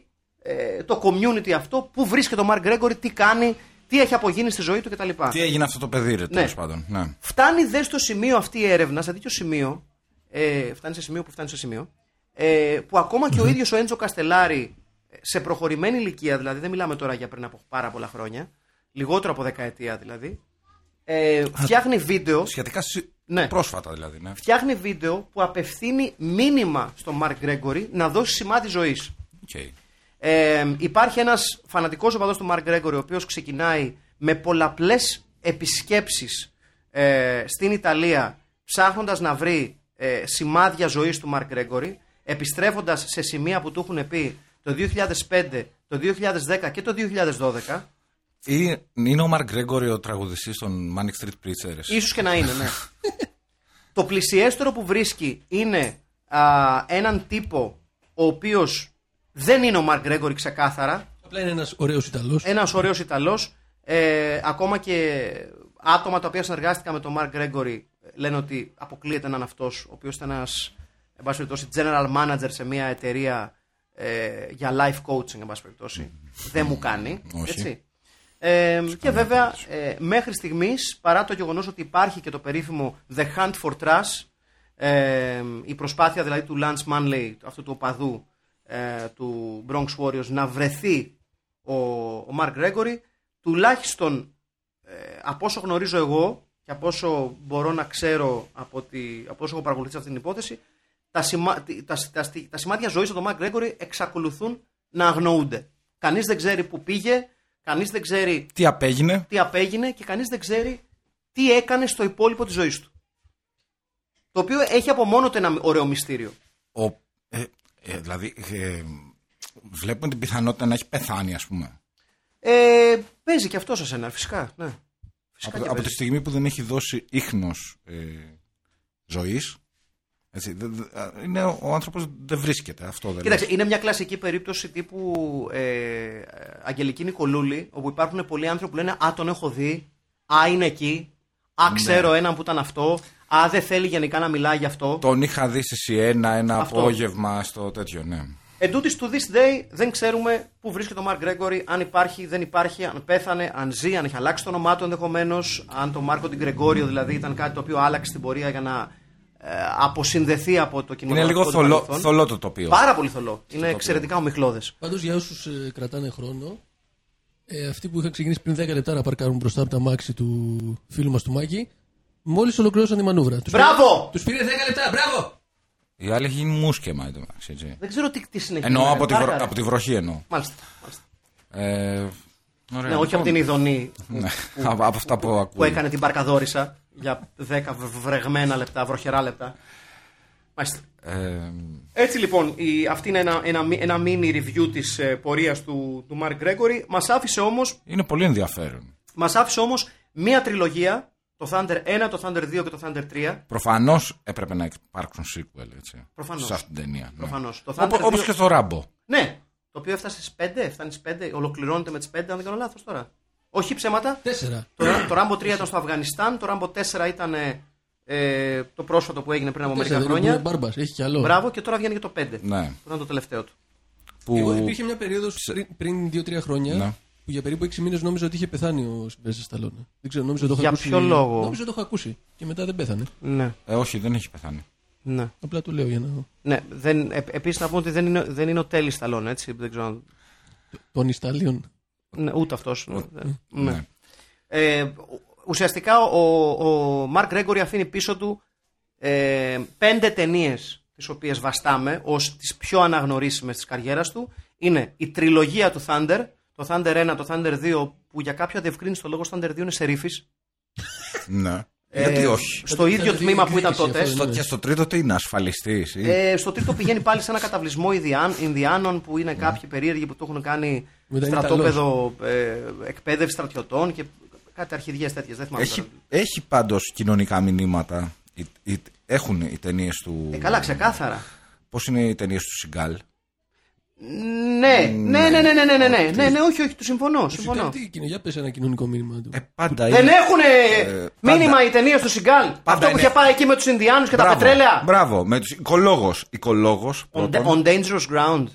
ε, το community αυτό, πού βρίσκεται ο Μάρκ Γκρέγκορη, τι κάνει, τι έχει απογίνει στη ζωή του κτλ.
Τι έγινε αυτό το παιδί, ρε, τέλος πάντων. Ναι.
Φτάνει δες στο σημείο αυτή η έρευνα, σε τέτοιο σημείο, ε, φτάνει σε σημείο που φτάνει σε σημείο, ε, που ακόμα και ο ίδιος ο Έντζο Καστελάρη, ε, σε προχωρημένη ηλικία, δηλαδή δεν μιλάμε τώρα για πριν από πάρα πολλά χρόνια, λιγότερο από δεκαετία δηλαδή, ε, φτιάχνει βίντεο,
Σχετικά συ-
Ναι.
πρόσφατα δηλαδή. Ναι.
φτιάχνει βίντεο που απευθύνει μήνυμα στον Μαρκ Γκρέγκορη να δώσει σημάδι ζωής.
Οκ.
Ε, υπάρχει ένας φανατικός οπαδός του Μαρκ Γκρέγκορη, ο οποίος ξεκινάει με πολλαπλές επισκέψεις ε, στην Ιταλία, ψάχνοντας να βρει ε, σημάδια ζωής του Μαρκ Γκρέγκορη, επιστρέφοντας σε σημεία που του έχουν πει το 2005, το 2010 και το 2012.
Ή είναι ο Μαρκ Γκρέγκορη ο τραγουδιστής των Manic Street Preachers.
Ίσως και να είναι, ναι. το πλησιέστερο που βρίσκει είναι α, έναν τύπο ο οποίος δεν είναι ο Μαρκ Γκρέγκορη ξεκάθαρα.
Απλά είναι ένας ωραίος Ιταλός.
Ένας ωραίος Ιταλός. Ε, ακόμα και άτομα τα οποία συνεργάστηκαν με τον Μαρκ Γκρέγκορη λένε ότι αποκλείεται να είναι αυτός ο οποίος ήταν ένας εν πάση περιπτώσει, general manager σε μια εταιρεία ε, για life coaching, εν πάση περιπτώσει. Δεν μου κάνει.
Όχι.
Έτσι. Ε, και βέβαια, ε, μέχρι στιγμής, παρά το γεγονός ότι υπάρχει και το περίφημο The Hunt for Trash, ε, η προσπάθεια δηλαδή του Lance Manley, αυτού του οπαδού ε, του Bronx Warriors, να βρεθεί ο, ο Mark Gregory, τουλάχιστον ε, από όσο γνωρίζω εγώ και από όσο μπορώ να ξέρω από, τη, από όσο έχω παρακολουθήσει αυτή την υπόθεση, τα, σημα, τα, τα, τα, τα σημάδια ζωής του Mark Gregory εξακολουθούν να αγνοούνται. Κανείς δεν ξέρει που πήγε, κανείς δεν ξέρει
Τι απέγινε.
τι απέγινε και κανείς δεν ξέρει τι έκανε στο υπόλοιπο της ζωής του. Το οποίο έχει από μόνο του ένα ωραίο μυστήριο.
Ο, ε, ε, δηλαδή, ε, βλέπουμε την πιθανότητα να έχει πεθάνει, ας πούμε.
Ε, παίζει και αυτό σε ένα, φυσικά. Ναι. Φυσικά
Από,
και
από τη
παίζει.
στιγμή που δεν έχει δώσει ίχνος ε, ζωής έτσι, δε- δε- α, είναι, ο άνθρωπος δεν βρίσκεται αυτό δεν
Κοίταξε,
λες.
είναι μια κλασική περίπτωση τύπου ε, Αγγελική Νικολούλη, όπου υπάρχουν πολλοί άνθρωποι που λένε Α, τον έχω δει. Α, είναι εκεί.
Ναι.
Α, ξέρω έναν που ήταν αυτό. Α, δεν θέλει γενικά να μιλάει γι' αυτό.
Τον είχα δει στη Σιένα ένα
Αυτό.
απόγευμα στο τέτοιο, ναι.
Εν τούτης, to this day δεν ξέρουμε πού βρίσκεται ο Μαρκ Γκρέγκορη, αν υπάρχει, δεν υπάρχει, αν πέθανε, αν ζει, αν έχει αλλάξει το όνομά του ενδεχομένως, αν το Μάρκο την Γκρεγόριο δηλαδή ήταν κάτι το οποίο άλλαξε την πορεία για να ε, αποσυνδεθεί από το κοινό.
Είναι λίγο θολό, θολό το τοπίο.
Πάρα πολύ θολό. Είναι εξαιρετικά ομιχλώδες.
Πάντως για όσους ε, κρατάνε χρόνο, ε, αυτοί που είχαν ξεκινήσει πριν 10 λεπτά να παρκάρουν μπροστά από τα μάξι του φίλου μας του Μάκη, μόλις ολοκλήρωσαν τη μανούβρα. Τους
Μπράβο!
Τους πήρε 10 λεπτά, μπράβο!
Η άλλη έχει γίνει μουσκεμα εν τω μεταξύ, έτσι.
Δεν ξέρω τι, τι συνεχίζει.
Εννοώ
ρε,
από τη, βρο-
βάρκαρε.
από τη βροχή εννοώ.
Μάλιστα. μάλιστα.
Ε, ωραία,
Ναι, όχι
λοιπόν.
από την ειδονή
Ναι, από, από αυτά που
που
ακούω.
έκανε την παρκαδόρισα για 10 βρεγμένα λεπτά, βροχερά λεπτά. Μάλιστα.
Ε,
Έτσι λοιπόν, η, αυτή είναι ένα, ένα, μι- ένα mini review της ε, πορείας του, του Mark Gregory. Μας άφησε όμως,
είναι πολύ ενδιαφέρον.
μας άφησε όμως μία τριλογία, το Thunder 1, το Thunder 2 και το Thunder
Ναι.
3.
Προφανώς έπρεπε να υπάρξουν sequel, έτσι.
Προφανώς.
Σε αυτή την ταινία.
Προφανώς. Το
Ναι.
Thunder
Όπως όπως
δύο-
και στο Ράμπο.
Ναι, το οποίο έφτασε στις 5, φτάνει στις 5, ολοκληρώνεται με τις 5, αν δεν κάνω λάθος τώρα. Όχι ψέματα,
4.
το, το Rambo 3 ήταν στο Αφγανιστάν, το Rambo 4 ήταν ε, ε, το πρόσφατο που έγινε πριν από μερικά χρόνια.
Μπάρμπα, έχει κι άλλο.
Μπράβο, και τώρα βγαίνει και το 5,
Ναι.
που ήταν το τελευταίο του.
Που...
Εγώ υπήρχε μια περίοδος πριν, πριν 2-3 χρόνια
Ναι.
που για περίπου 6 μήνες νόμιζα ότι είχε πεθάνει ο Σιλβέστερ Σταλόνε. Δεν ξέρω, νόμιζα ότι το
Για
είχα ακούσει.
ποιο λόγο?
Νόμιζα ότι το είχα ακούσει. Και μετά δεν πέθανε.
Ναι,
Ε, όχι, δεν έχει πεθάνει.
ναι.
Απλά το λέω για να.
Ναι, δεν, ε, επίσης να πούμε ότι δεν είναι, δεν είναι ο Τέλης Σταλόν, έτσι, δεν ξέρω αν-
Τον Ιστάλιον.
Ναι, ούτε αυτός. ναι, δεν- ναι.
ναι.
Ε, ο- ουσιαστικά ο, ο Μαρκ Γκρέγκορη αφήνει πίσω του ε, πέντε ταινίες τις οποίες βαστάμε ως τις πιο αναγνωρίσιμες της καριέρας του. Είναι η τριλογία του Thunder, το Thunder 1, το Thunder 2 που για κάποιο διευκρίνηση το λόγο Thunder 2 είναι σερίφης.
ναι.
Ε,
Γιατί όχι.
Στο
Thunder
ίδιο
2
τμήμα που ήταν
εκδίκηση,
τότε.
αυτό
στο-
είναι.
Στο, και στο τρίτο τι είναι, ασφαλιστής ή...
Ε, στο τρίτο πηγαίνει πάλι σε ένα καταβλισμό Ινδιάν, Ινδιάνων που
Ναι.
είναι κάποιοι περίεργοι που το έχουν κάνει
Μετά είναι
στρατόπεδο ε, εκπαίδευση στρατιωτών και κάτι αρχιδιές τέτοιες, δεν θυμάμαι.
έχει,
τώρα.
έχει πάντως κοινωνικά μηνύματα. Οι, οι- έχουν οι ταινίες του...
Ε, καλά, ξεκάθαρα.
Πώς είναι οι ταινίες του Σιγκάλ.
Ναι, ναι, ναι, ναι, ναι, ναι, ναι, ναι, ναι, ναι, όχι, όχι, του συμφωνώ. συμφωνώ.
Τι κοινο- για πες ένα κοινωνικό μήνυμα του.
Ε, πάντα
Δεν
είναι...
έχουν
Ε, πάντα.
μήνυμα οι ταινίε του Σιγκάλ. Αυτό που
είναι.
είχε πάει εκεί με τους Ινδιάνους και τα
Μπράβο,
πετρέλαια.
Μπράβο, με τους οικολόγος. Οικολόγος
On,
πρώτον.
on dangerous ground.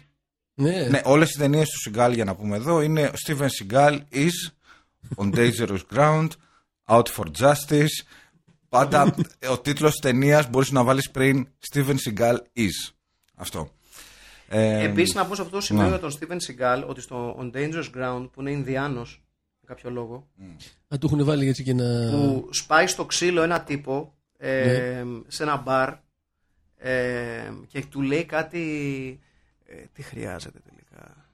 Ναι,
Ναι, όλες οι ταινίες του Σιγκάλ για να πούμε εδώ είναι Steven Seagal is on dangerous ground, out for justice. Πάντα ε, ο τίτλος ταινίας μπορείς να βάλεις πριν Steven Seagal is. Αυτό. Ε,
Επίσης, να πω σε αυτό το σημείο
ναι.
για τον Στίβεν Σιγκάλ ότι στο On Dangerous Ground που είναι Ινδιάνος, για κάποιο λόγο,
να του έχουν βάλει έτσι και να.
που σπάει στο ξύλο ένα τύπο ε,
Ναι.
σε ένα μπαρ ε, και του λέει κάτι. ε, τι χρειάζεται τελικά.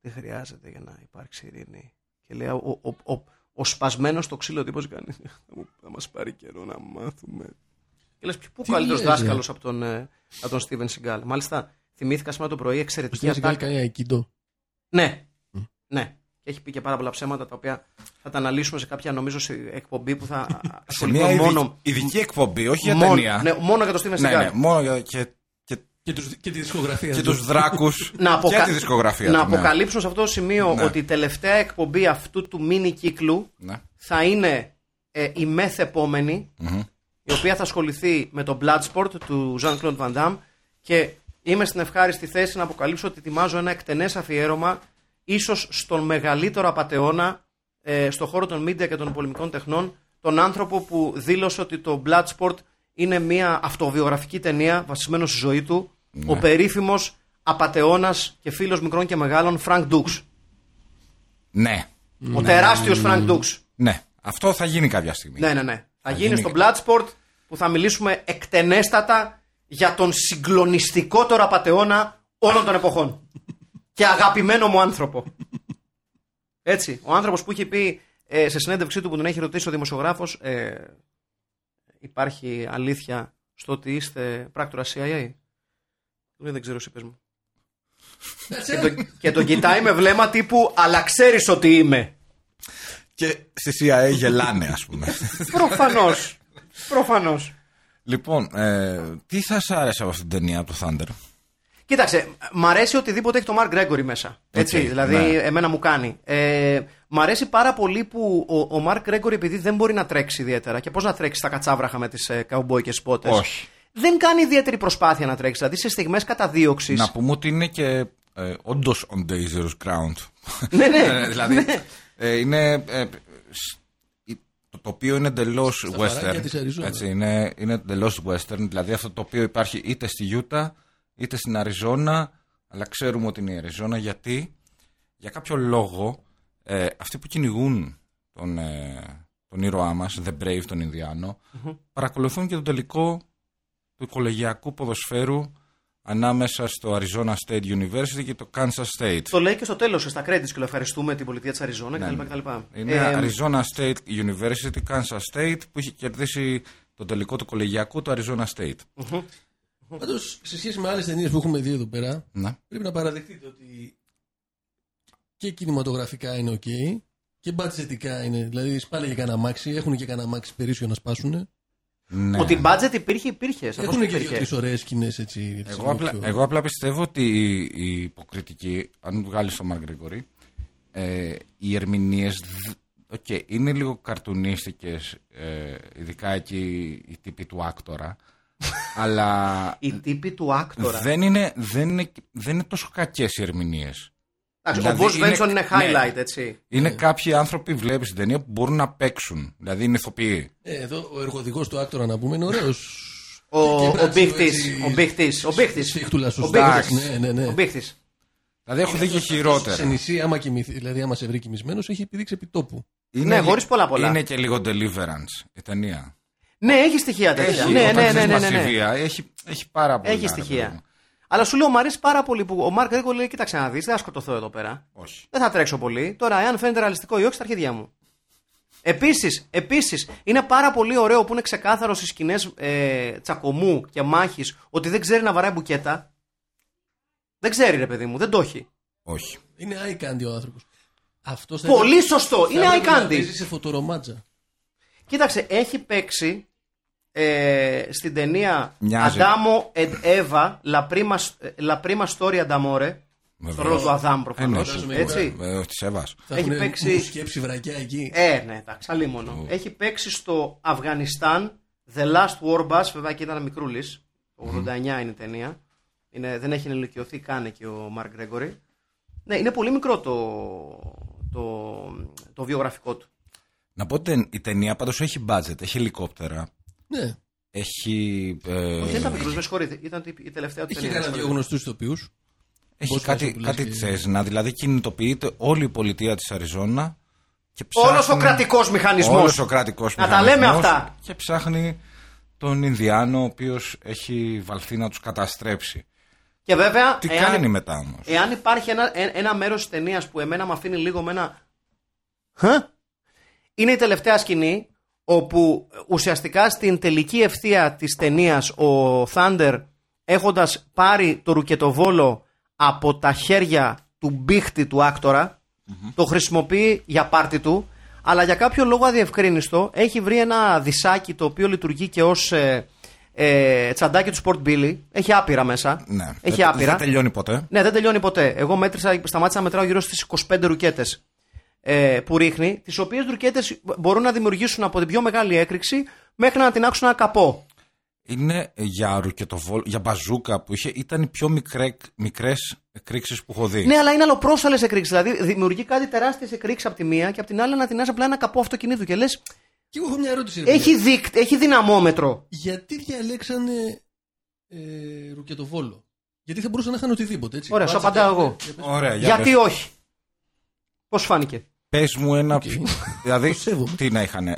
Τι χρειάζεται για να υπάρξει ειρήνη. Και λέει ο, ο, ο, ο σπασμένος στο ξύλο τύπος κάνει. Θα, μου- θα μας πάρει καιρό να μάθουμε. Και λες, πού
Τι
καλύτερος
λέει, ρε?
δάσκαλος από τον, ε, από τον Στίβεν Σιγκάλ. Μάλιστα, Θυμήθηκα σήμερα το πρωί
Στην
εξαιρετική
Ασικάλη
ατάκα.
κάνει Aikido.
Ναι. Ναι. Και έχει πει και πάρα πολλά ψέματα τα οποία θα τα αναλύσουμε σε κάποια νομίζω σε εκπομπή που θα
Σε μια
ασχοληθούμε
ειδική,
λοιπόν, μόνο.
ειδική εκπομπή, όχι για
μόνο,
ταινία.
ναι, μόνο για το Steven Seagal.
ναι, ναι, μόνο για, και, και,
Και, τους, και τη δισκογραφία.
και
του.
τους δράκους
Να, αποκα-
και τη δισκογραφία
να
του, ναι.
αποκαλύψουμε σε αυτό το σημείο
Ναι.
ότι η τελευταία εκπομπή αυτού του μίνι κύκλου
Ναι.
θα είναι ε, η μεθεπομενη η οποία θα ασχοληθεί με το Bloodsport του Jean-Claude Van Damme και είμαι στην ευχάριστη θέση να αποκαλύψω ότι ετοιμάζω ένα εκτενές αφιέρωμα ίσως στον μεγαλύτερο απατεώνα ε, στον χώρο των media και των πολεμικών τεχνών τον άνθρωπο που δήλωσε ότι το Bloodsport είναι μια αυτοβιογραφική ταινία βασισμένος στη ζωή του ο περίφημος απατεώνας και φίλος μικρών και μεγάλων Frank Dukes
ναι,
ο τεράστιος Frank Dukes
ναι. Αυτό θα γίνει κάποια στιγμή.
ναι, ναι, ναι. Θα γίνει
γίνει
στο
και-
Bloodsport που θα μιλήσουμε εκτενέστατα για τον συγκλονιστικότερο απαταιώνα όλων των εποχών. και αγαπημένο μου άνθρωπο. Έτσι. Ο άνθρωπος που είχε πει ε, σε συνέντευξή του που τον έχει ρωτήσει ο δημοσιογράφος ε, υπάρχει αλήθεια στο ότι είστε πράκτορα CIA. Του λέει, Δεν ξέρω, εσύ πες μου. και, τον, και τον κοιτάει με βλέμμα τύπου Αλλά ξέρεις ότι είμαι.
Και στη CIA γελάνε, ας πούμε.
Προφανώς. Προφανώς.
λοιπόν, ε, τι θα σ' άρεσε από αυτή την ταινία από το Thunder.
Κοίταξε, μ' αρέσει οτιδήποτε έχει το Μαρκ Γκρέγκορη μέσα. Έτσι,
Οκ,
δηλαδή,
ναι.
εμένα μου κάνει. Ε, μ' αρέσει πάρα πολύ που ο, ο Μαρκ Γκρέγκορη, επειδή δεν μπορεί να τρέξει ιδιαίτερα, και πώς να τρέξει τα κατσάβραχα με τις ε, καουμπόικε πότε.
Όχι.
Δεν κάνει ιδιαίτερη προσπάθεια να τρέξει. Δηλαδή, σε στιγμές καταδίωξης.
Να πούμε ότι είναι και ε, όντως on dangerous ground.
Ναι, ναι.
Ε, δηλαδή, ε, είναι. ε, σ- η- το τοπίο είναι εντελώς
βαράκια
western.
της Αριζόνας.
Έτσι, είναι είναι εντελώς western. Δηλαδή, αυτό το οποίο υπάρχει είτε στη Utah είτε στην Αριζόνα. Αλλά ξέρουμε ότι είναι η Αριζόνα γιατί για κάποιο λόγο ε, αυτοί που κυνηγούν τον, ε, τον ήρωά μας, The Brave, τον Ινδιάνο, παρακολουθούν και τον τελικό του κολεγιακού ποδοσφαίρου ανάμεσα στο Arizona State University και το Kansas State.
Το λέει και στο τέλος, στα credits και ευχαριστούμε την πολιτεία της Αριζόνα
Ναι,
κτλ.
ναι.
κτλ.
Είναι
Ε,
Arizona State University, Kansas State, που είχε κερδίσει το τελικό του κολεγιακού του Arizona State.
Πάντως, σε σχέση με άλλες ταινίες που έχουμε δει εδώ πέρα,
Ναι.
πρέπει να παραδεχτείτε ότι και κινηματογραφικά είναι ok και μπατζετικά είναι. Δηλαδή, σπάνε για κανένα μάξι, έχουν και κανένα μάξι περίσσιο να σπάσουν.
Ναι.
Ότι budget υπήρχε, υπήρχε. σαφώς
Έχουν και
υπήρχε.
δύο-τρει ωραίες σκηνές έτσι. έτσι,
Εγώ
λίγο
απλά,
πιο-
εγώ απλά πιστεύω ότι η, η υποκριτική, αν βγάλει τον Μαρκ Γκρέγκορη, ε, οι ερμηνείες. Okay, είναι λίγο καρτουνίστικες, ε, ειδικά εκεί οι τύποι του άκτορα. αλλά
Οι τύποι του άκτορα.
δεν είναι, δεν, είναι, δεν είναι τόσο κακές οι ερμηνείες.
Εντάξει,
δηλαδή
ο Boss
είναι-
Benson είναι
ναι.
highlight, έτσι.
Είναι κάποιοι άνθρωποι, βλέπεις την ταινία, που μπορούν να παίξουν. Δηλαδή είναι ηθοποιοί.
Ε, εδώ ο εργοδικός του άκτορα να πούμε είναι ωραίος.
Ο, ο Μπίχτης, ο Μπίχτης, ο Μπίχτης.
Σύχτουλα,
Ο
σωστά.
Μπίχτης.
Ναι, ναι, ναι.
Ο Μπίχτης.
Δηλαδή έχω δει και
Σε
χειρότερα.
νησί, άμα κοιμηθεί, δηλαδή άμα σε βρει κοιμισμένος, έχει επιδείξει επί τόπου.
Ναι, χωρίς πολλά πολλά.
Είναι και λίγο deliverance η ταινία.
Ναι, έχει στοιχεία τέτοια.
Έχει,
ναι,
όταν
ναι,
ζεις
ναι, ναι, ναι,
μαζί
ναι.
βία, έχει, έχει πάρα πολλά.
Έχει
ρε
στοιχεία.
παιδί μου.
Αλλά σου λέω, μου αρέσει πάρα πολύ που ο Μάρκ Ρίγκο λέει: Κοίταξε να δεις, δεν θα σκοτωθώ εδώ πέρα.
Όχι.
Δεν θα τρέξω πολύ. Τώρα, εάν φαίνεται ρεαλιστικό ή όχι, στα αρχίδια μου. Επίσης, επίσης, είναι πάρα πολύ ωραίο που είναι ξεκάθαρος στι σκηνές ε, τσακωμού και μάχης ότι δεν ξέρει να βαράει μπουκέτα. Δεν ξέρει, ρε παιδί μου, δεν το έχει.
Όχι.
Είναι eye candy ο άνθρωπος. Αυτός θα
Πολύ
έπρεπε-
σωστό,
θα
είναι
έπρεπε να
eye candy.
παίζει σε φωτορομάτζα.
Κοίταξε, έχει παίξει ε, στην ταινία
Μοιάζει.
Αντάμο and Eva, La Prima, ε, La Prima Story Andamore.
Βεβαίως.
Στον ρόλο του Αδάμ προφανώς.
Εννοείται.
Έτσι.
Ε, όχι, της Εύας.
Θα
Έχει
έχουν
παίξει-
μου σκέψη βρακιά εκεί.
Ε, ναι, εντάξει, αλίμονο. Έχει παίξει στο Αφγανιστάν The Last War Bus, βέβαια και ήταν μικρούλης. 89 είναι η ταινία. Είναι, δεν έχει ενηλικιωθεί καν και ο Μαρκ Γκρέγκορη. Ναι, είναι πολύ μικρό το, το, το βιογραφικό του.
Να πω ότι η ταινία πάντως έχει budget, έχει ελικόπτερα.
Ναι.
Έχει, ε,
Όχι, δεν ήταν μικρός, με συγχωρείτε. Ήταν η- η τελευταία του
Είχε
ταινία. με
κανένα δύο
συγχωρείτε.
γνωστούς ηθοποιούς.
έχει
Πώς
κάτι,
πας να πουλάς
κάτι
και-
Τσέσνα, δηλαδή κινητοποιείται όλη η πολιτεία της Αριζόνα και
Όλος ο
ψάχνει-
κρατικός μηχανισμός.
Όλος ο κρατικός
Να τα λέμε
μηχανισμός
αυτά.
Και ψάχνει τον Ινδιάνο ο οποίος έχει βαλθεί να τους καταστρέψει.
Και βέβαια,
Τι
εάν,
κάνει μετά όμως.
εάν υπάρχει ένα, ε- ένα μέρος της ταινίας που εμένα με αφήνει λίγο με ένα. Χα? Είναι η τελευταία σκηνή όπου ουσιαστικά στην τελική ευθεία της ταινίας ο Θάντερ έχοντας πάρει το ρουκετοβόλο από τα χέρια του μπίχτη του άκτορα, το χρησιμοποιεί για πάρτι του, αλλά για κάποιο λόγο αδιευκρίνιστο έχει βρει ένα δισάκι το οποίο λειτουργεί και ως ε, ε, τσαντάκι του Sport Billy. Έχει άπειρα μέσα.
Ναι.
Ε, Έχει
δεν,
άπειρα.
δεν τελειώνει ποτέ.
Ναι, δεν τελειώνει ποτέ. Εγώ μέτρησα, σταμάτησα να μετράω γύρω στις 25 ρουκέτες ε, που ρίχνει, τις οποίες ρουκέτε μπορούν να δημιουργήσουν από την πιο μεγάλη έκρηξη μέχρι να την άξουν ένα καπό.
Είναι για ρουκετοβόλ, για μπαζούκα που είχε, ήταν οι πιο μικρέ εκρήξεις που έχω δει.
Ναι, αλλά είναι αλλοπρόσαλες εκρήξεις. Δηλαδή δημιουργεί κάτι τεράστιες εκρήξεις από τη μία και από την άλλη ανατινάζει απλά ένα καπό αυτοκινήτου. Και λες,
Και εγώ έχω μια ερώτηση. ρε
έχει,
παιδιά.
δίκ- έχει δυναμόμετρο.
Γιατί διαλέξανε ε, ρουκετοβόλο. Γιατί θα μπορούσαν να είχαν οτιδήποτε. Έτσι.
Ωραία, σου
Μπάτσα,
απαντάω
τέτοια.
εγώ.
Για πες.
Ωραία, για
Γιατί
πες.
όχι. Πώς φάνηκε.
Πες μου ένα.
Οκ.
πιο- δηλαδή,
Το σέβομαι.
τι να είχαν. Ε,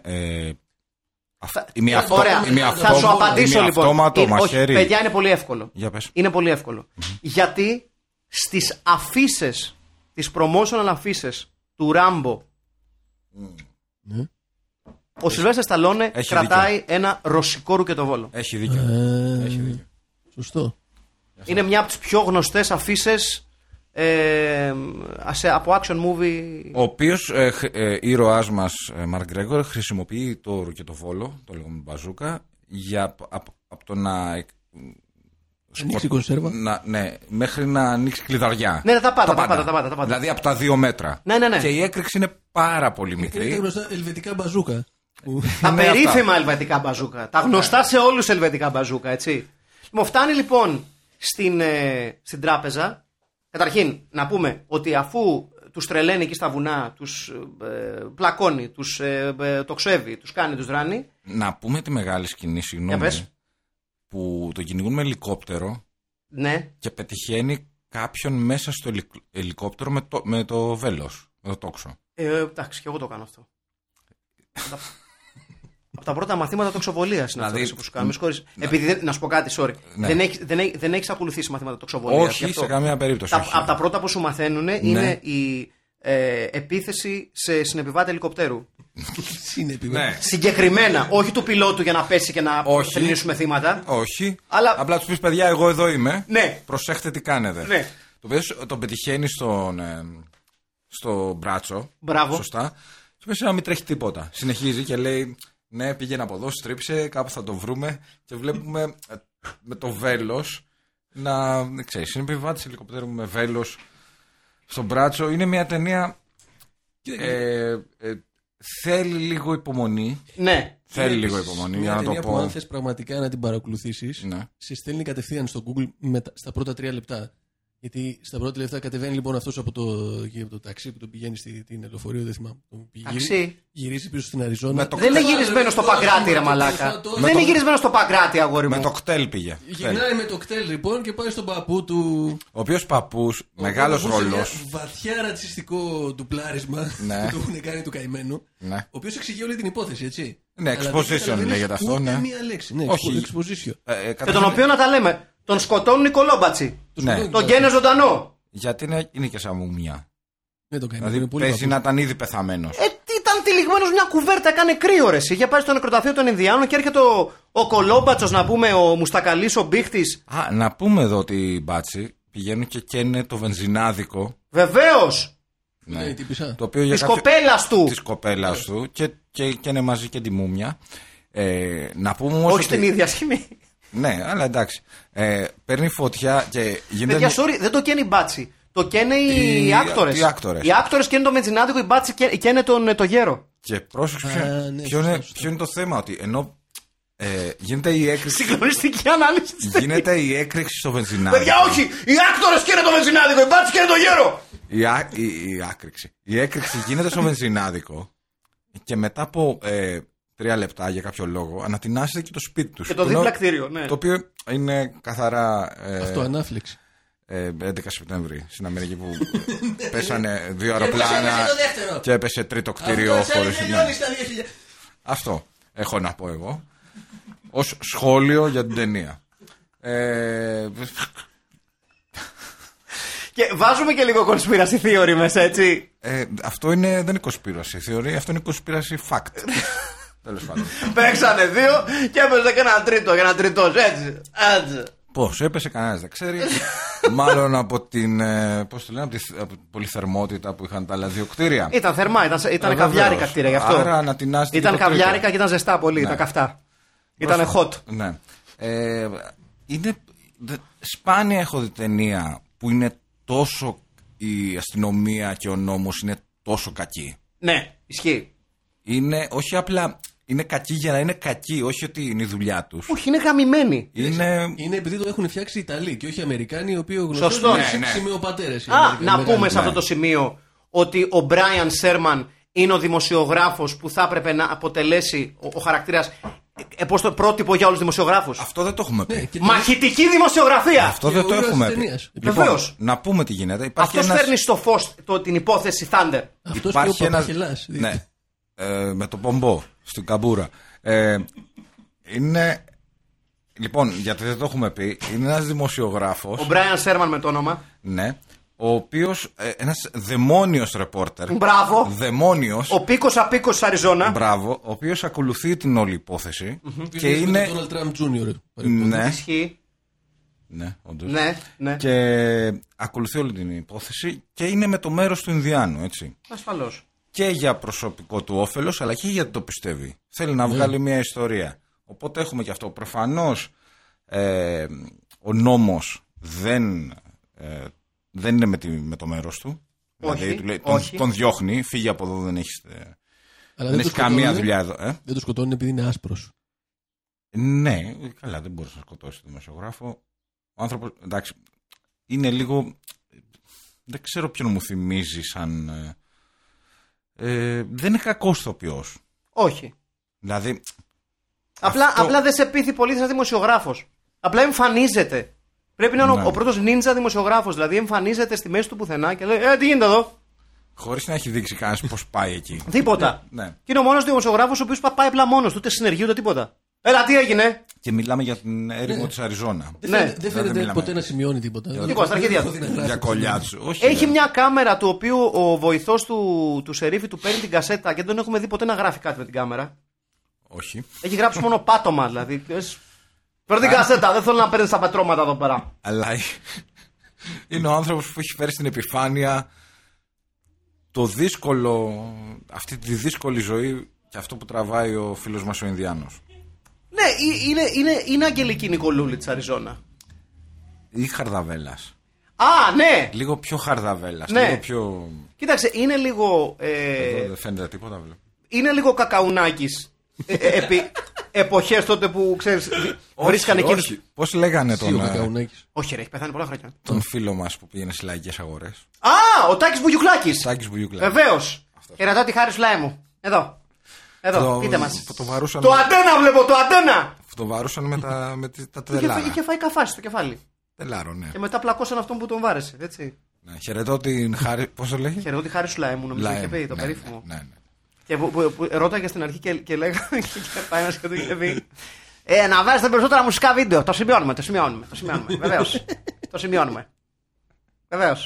αυ-
Θα-
η μία
Ε,
αυτό,
ωραία.
η μία
θα σου
αυτόματο, η
απαντήσω
μία
λοιπόν.
Αυτόματο,
Είναι- όχι,
μαχαίρι.
παιδιά, είναι πολύ εύκολο.
Για πες.
Είναι πολύ εύκολο. Γιατί στις αφήσεις, τις promotional αφήσεις του Ράμπο,
Ναι.
ο Σιλβέστα Σταλόνε
Έχει
κρατάει ένα ρωσικό ρουκετοβόλο.
Έχει δίκιο.
Ε,
Έχει δίκιο.
Σωστό.
Είναι μια από τις πιο γνωστές αφήσεις ε, σε- από action movie.
Ο οποίος ε, χ- ε, ήρωάς μας, Μαρκ Γκρέγκορ, χρησιμοποιεί το ρουκετοβόλο, το λεγόμενο μπαζούκα, για, απ- απ- από το να. εκ-
Ανοίξει η κονσέρβα.
να- ναι, μέχρι να ανοίξει κλειδαριά.
Ναι, ναι, τα πάντα, τα πάντα, τα πάντα, τα πάντα.
Δηλαδή από τα δύο μέτρα.
Ναι, ναι, ναι.
Και η έκρηξη είναι πάρα πολύ
Είναι τα
μικρή.
γνωστά ελβετικά μπαζούκα. που-
Τα
Ναι,
περίφημα ελβετικά μπαζούκα. Τα γνωστά σε όλους ελβετικά μπαζούκα, έτσι. Λοιπόν, φτάνει λοιπόν στην, ε, στην τράπεζα. Καταρχήν, να πούμε ότι αφού τους τρελαίνει εκεί στα βουνά, τους πλακώνει, τους ε, τοξεύει, τους κάνει, τους δράνει.
Να πούμε τη μεγάλη σκηνή,
Για
συγγνώμη,
πες.
που το κυνηγούν με ελικόπτερο
Ναι.
και πετυχαίνει κάποιον μέσα στο ελικ- ελικόπτερο με το, με το βέλος, με το τόξο.
Ε, εντάξει, και εγώ το κάνω αυτό. Από τα- Από τα πρώτα μαθήματα τοξοβολία είναι
Δηλαδή,
αυτό που σου κάνουμε. Συγχωρείς. Επειδή δεν- να σου πω κάτι, sorry.
Ναι.
Δεν έχεις δεν έχ- δεν έχεις ακολουθήσει μαθήματα τοξοβολία.
Όχι, σε καμία περίπτωση.
Τα,
όχι.
από τα πρώτα που σου μαθαίνουν
Ναι.
είναι η ε, επίθεση σε συνεπιβάτη ελικοπτέρου.
Συνεπιβα-
Ναι.
Συγκεκριμένα, όχι του πιλότου για να πέσει και να
Όχι.
θρυνήσουμε θύματα.
Όχι.
Αλλά-
Απλά τους πεις παιδιά, εγώ εδώ είμαι.
Ναι.
Προσέχτε τι κάνετε.
Ναι.
Το παιδί σου- τον πετυχαίνεις στον, ε, στο μπράτσο.
Μπράβο.
Σωστά. Και πει να μην τρέχει τίποτα. Συνεχίζει και λέει, Ναι, πήγαινε από εδώ, στρίψε, κάπου θα το βρούμε. Και βλέπουμε ε, με το βέλος να. Δεν ξέρεις, είναι επιβάτης ελικοπτέρου με βέλος στον μπράτσο. Είναι μια ταινία. ε, ε, θέλει λίγο υπομονή.
Ναι.
Θέλει
Είναι
λίγο
επίσης
υπομονή
μια
για να
ταινία
το
Που
πω.
αν θες πραγματικά να την παρακολουθήσεις,
Ναι.
σε στέλνει κατευθείαν στο Google με, τα- στα πρώτα τρία λεπτά. Γιατί στα πρώτα λεπτά κατεβαίνει λοιπόν αυτός από το, εκεί από το ταξί που τον πηγαίνει στη, την ελεωφορείο, δεν θυμάμαι. Τον πηγαίνει-
Ταξί.
Γυρίζει πίσω στην Αριζόνα.
Με το
Δεν είναι γυρισμένο στο παγκράτη, ρε
Με το-
μαλάκα.
το-
Δεν είναι γυρισμένο στο παγκράτη, αγόρι
Με το
μου.
κτέλ πήγε.
Γυρνάει με το κτέλ λοιπόν και πάει στον παππού του.
Ο οποίος παππούς, μεγάλο
Ο οποίος είναι
ρόλος.
μια Βαθιά ρατσιστικό ντουπλάρισμα
Ναι.
που το έχουν κάνει του καημένου.
Ναι.
Ο οποίος εξηγεί όλη την υπόθεση, έτσι.
Ναι,
Αλλά δεν
exposition
καταλαβαίνεις
λέγεται αυτό,
ούτε
ναι.
μία λέξη. Ναι,
Όχι.
expo- exposition.
Ε, ε,
Και τον
καταρχήν-
οποίο να τα λέμε. Τον σκοτώνουν οι κολόμπατσι.
Το
Ναι.
σκοτώνει
Τον
τώρα.
γένε ζωντανό.
Γιατί είναι, είναι και σαν μουμιά.
Ναι, τον καημένο.
Δηλαδή
είναι πολύ
παίζει
παππούς.
να ήταν ήδη πεθαμένος.
Ε, τι ήταν τυλιγμένος μια κουβέρτα, έκανε κρύο ρε. εσύ. Είχε πάει στο νεκροταφείο των Ινδιάνων και έρχεται ο, ο κολόμπατσος να πούμε, ο μουστακαλής, ο μπίχτης.
Α, να πούμε εδώ ότι οι μπάτσι πηγαίνουν και καίνε το βενζινάδικο.
Βεβαίως!
Ναι.
Ναι, η τύπησα.
Το οποίο για
Της
κάποιο-
κοπέλας του!
της κοπέλας του και, και καίνε μαζί και τη μουμιά. Ε, να πούμε όμως.
Όχι στην ίδια σκηνή.
Ναι, αλλά εντάξει. Ε, παίρνει φωτιά και γίνεται.
Παιδιά, sorry, δεν το καίνει η μπάτσι. Το καίνε οι,
ναι. Οι-
άκτορες.
οι άκτορες.
Οι άκτορες καίνε το μετζινάδικο, η μπάτσι καί- καίνε τον, ε, το γέρο.
Και πρόσεξε.
Α,
ποιο-
ναι,
ποιο, είναι,
σωστά, σωστά.
ποιο είναι το θέμα, ότι ενώ ε, γίνεται η έκρηξη.
Συγκλονιστική ανάλυση τη
γίνεται η έκρηξη στο βενζινάδικο.
Παιδιά, όχι! Οι άκτορες καίνε το μετζινάδικο, η μπάτσι καίνε το γέρο!
Η, ά- η, η άκρηξη. Η έκρηξη γίνεται στο βενζινάδικο και μετά από ε, τρία λεπτά για κάποιο λόγο ανατινάσσεται και το σπίτι τους.
Και το δίπλα κτίριο, ναι.
Το οποίο είναι καθαρά ε,
Αυτό ανάφλεξη.
ε, 11 Σεπτέμβρη στην Αμερική που πέσανε δύο αεροπλάνα και έπεσε τρίτο κτίριο
ε,
χωρίς ναι. Αυτό έχω να πω εγώ ως σχόλιο για την ταινία. Ε,
Και βάζουμε και λίγο conspiracy theory μέσα, έτσι.
ε, αυτό είναι, δεν είναι κοσπίραση θεωρία, αυτό είναι κοσπίραση fact. Τέλος πάντων.
Παίξανε δύο και έπαιζε και ένα τρίτο, και ένα τριτός, έτσι. έτσι.
Πώς έπεσε, κανένας δεν ξέρει. Μάλλον από την. ε, πώς το λένε, από τη, από την πολυθερμότητα που είχαν τα άλλα δύο κτίρια.
Ήταν θερμά, ήταν, ήταν
Ε,
καβλιάρικα
βεβαίως.
κτίρια γι' αυτό.
Άρα ανατινάστηκε
Ήταν
το τρίτο.
καβλιάρικα και ήταν ζεστά πολύ, ήταν καυτά. Ήταν hot.
Ναι. Ε, είναι, δε- σπάνια έχω δει ταινία που είναι τόσο. Η αστυνομία και ο νόμος είναι τόσο κακοί.
Ναι, ισχύει.
Είναι όχι απλά. Είναι κακοί για να είναι κακοί, όχι ότι είναι η δουλειά τους.
Όχι, είναι γαμημένοι.
Είναι.
Είναι επειδή το έχουν φτιάξει οι Ιταλοί και όχι οι Αμερικάνοι, οι οποίοι
Σωστό,
γνωστοί
ναι,
είναι
ναι.
σημειοπατέρε.
Α, να
Ναι,
πούμε σε αυτό το σημείο ότι ο Μπράιαν Σέρμαν είναι ο δημοσιογράφος που θα έπρεπε να αποτελέσει ο, ο χαρακτήρας ε, πώς το πρότυπο για όλους τους δημοσιογράφους.
Αυτό δεν το έχουμε πει.
Και
Μαχητική δημοσιογραφία!
Αυτό
Και
δεν
ο
το
ήρωας
έχουμε
της
πει. Λοιπόν,
ταινίας.
Βεβαίως.
να πούμε τι γίνεται. Υπάρχει
Αυτός
ένας-
φέρνει στο φως το, την υπόθεση Thunder.
Αυτός και ο
Υπάρχει ένας-
Παπαχελάς.
Ναι. Ε, με το πομπό στην καμπούρα. Ε, είναι. Λοιπόν, γιατί δεν το έχουμε πει, είναι ένας δημοσιογράφος.
Ο Μπράιαν Σέρμαν με το όνομα.
Ναι. Ο οποίος. Ε, ένας δαιμόνιος ρεπόρτερ.
Μπράβο.
Δαιμόνιος.
Ο Πίκος Απίκος της Αριζόνα.
Μπράβο. Ο οποίος ακολουθεί την όλη υπόθεση. Και είναι.
Τον Donald Trump Jr.
Ναι,
Ισχύει.
ναι, όντως.
Ναι, ναι. Και...
Και ακολουθεί όλη την υπόθεση και είναι με το μέρος του Ινδιάνου, έτσι.
Ασφαλώς.
και για προσωπικό του όφελος, αλλά και γιατί το πιστεύει. Θέλει
Ναι.
να βγάλει μια ιστορία. Οπότε έχουμε και αυτό. Προφανώς ε, ο νόμος δεν, ε, δεν είναι με, τη, με το μέρος του. Δηλαδή,
Όχι,
του λέει, τον,
όχι.
τον διώχνει, φύγει από εδώ, δεν έχει
Αλλά
δεν
δεν το
έχεις ναι, καμία
σκοτώνουν.
δουλειά εδώ. Ε.
Δεν το σκοτώνουν επειδή είναι άσπρος.
Ναι, καλά, δεν μπορείς να σκοτώσεις τον δημοσιογράφο. Ο άνθρωπος, εντάξει, είναι λίγο. Δεν ξέρω ποιον μου θυμίζει σαν. ε, Ε, δεν είναι κακός ηθοποιός.
Όχι.
Δηλαδή,
Απλά,
Αυτό-
απλά δεν σε πείθει πολύ σαν δημοσιογράφος. Απλά εμφανίζεται. Πρέπει να είναι
Ναι.
ο, ο πρώτος νίντζα δημοσιογράφος. Δηλαδή εμφανίζεται στη μέση του πουθενά και λέει: Ε, τι γίνεται εδώ.
Χωρίς να έχει δείξει κανένας πώς πάει εκεί.
Τίποτα.
ναι.
Και είναι ο μόνος δημοσιογράφος ο οποίος πάει απλά μόνος του, ούτε συνεργείο ούτε τίποτα. Έλα, τι έγινε.
Και μιλάμε για την έρημο της Αριζόνα.
Ναι.
Δεν- Δεν φαίνεται
μιλάμε.
ποτέ να σημειώνει τίποτα.
Λοιπόν, στα αρχίδια
έχω
του.
δει να γράφει.
Για κολλιά τους. Όχι.
Έχει
ρε.
μια κάμερα του οποίου ο βοηθός του, του σερίφη του παίρνει την κασέτα και δεν τον έχουμε δει ποτέ να γράφει κάτι με την κάμερα.
Όχι.
Έχει γράψει μόνο πάτωμα δηλαδή. Λες, Παίρνει την κασέτα, δεν θέλω να παίρνεις τα πετρώματα εδώ πέρα.
Αλλά ε, είναι ο άνθρωπος που έχει φέρει στην επιφάνεια το δύσκολο. αυτή τη δύσκολη ζωή και αυτό που τραβάει ο φίλος μας ο Ινδιάνος.
Ναι, ε- είναι, είναι, είναι Αγγελική Νικολούλη της Αριζόνα.
Ή χαρδαβέλας.
Α, ναι!
Λίγο πιο χαρδαβέλας.
Ναι.
Λίγο πιο.
Κοίταξε, είναι λίγο.
Εδώ
Ε,
δεν φαίνεται τίποτα. βλέπω.
είναι λίγο κακαουνάκι. επί εποχές τότε που ξέρεις. Βρίσκανε
όχι,
εκείνους.
όχι. Πώς λέγανε
Τι ο
τον, ε,
Κακαουνάκης.
Όχι, ρε, έχει πεθάνει πολλά χρόνια.
τον φίλο μας που πήγαινε στις λαϊκές αγορές.
Α, ο Τάκης Μπουγιουκλάκης.
Σάκη Μπουγιουκλάκης.
Βεβαίως. Χαιρετώ τη χάρη σου, λάε μου. Εδώ. Εδώ,
Το-
πείτε μας.
που το βαρούσαν-
Το αντένα βλέπω, το αντένα!
που τον βάρουσαν με τα, με τις- τα
Είχε,
τελάρα.
είχε φάει καφάση στο κεφάλι.
Τελάρο, ναι.
Και μετά πλακώσαν αυτόν που τον βάρεσε. Έτσι.
Ναι, Χαιρετώ την χάρη. Πώς το λέγει,
Χαιρετώ τη χάρη σου, λάε μου, νομίζω
Λάε.
είχε πει το
Ναι,
περίφημο.
ναι, ναι, ναι.
Και που, που, που ρώταγε στην αρχή και, και λέγα. και πάει ένα και του είχε πει. Ε, να βάζετε περισσότερα μουσικά βίντεο. Το σημειώνουμε, το σημειώνουμε. Το σημειώνουμε. Βεβαίως. το σημειώνουμε. Βεβαίως.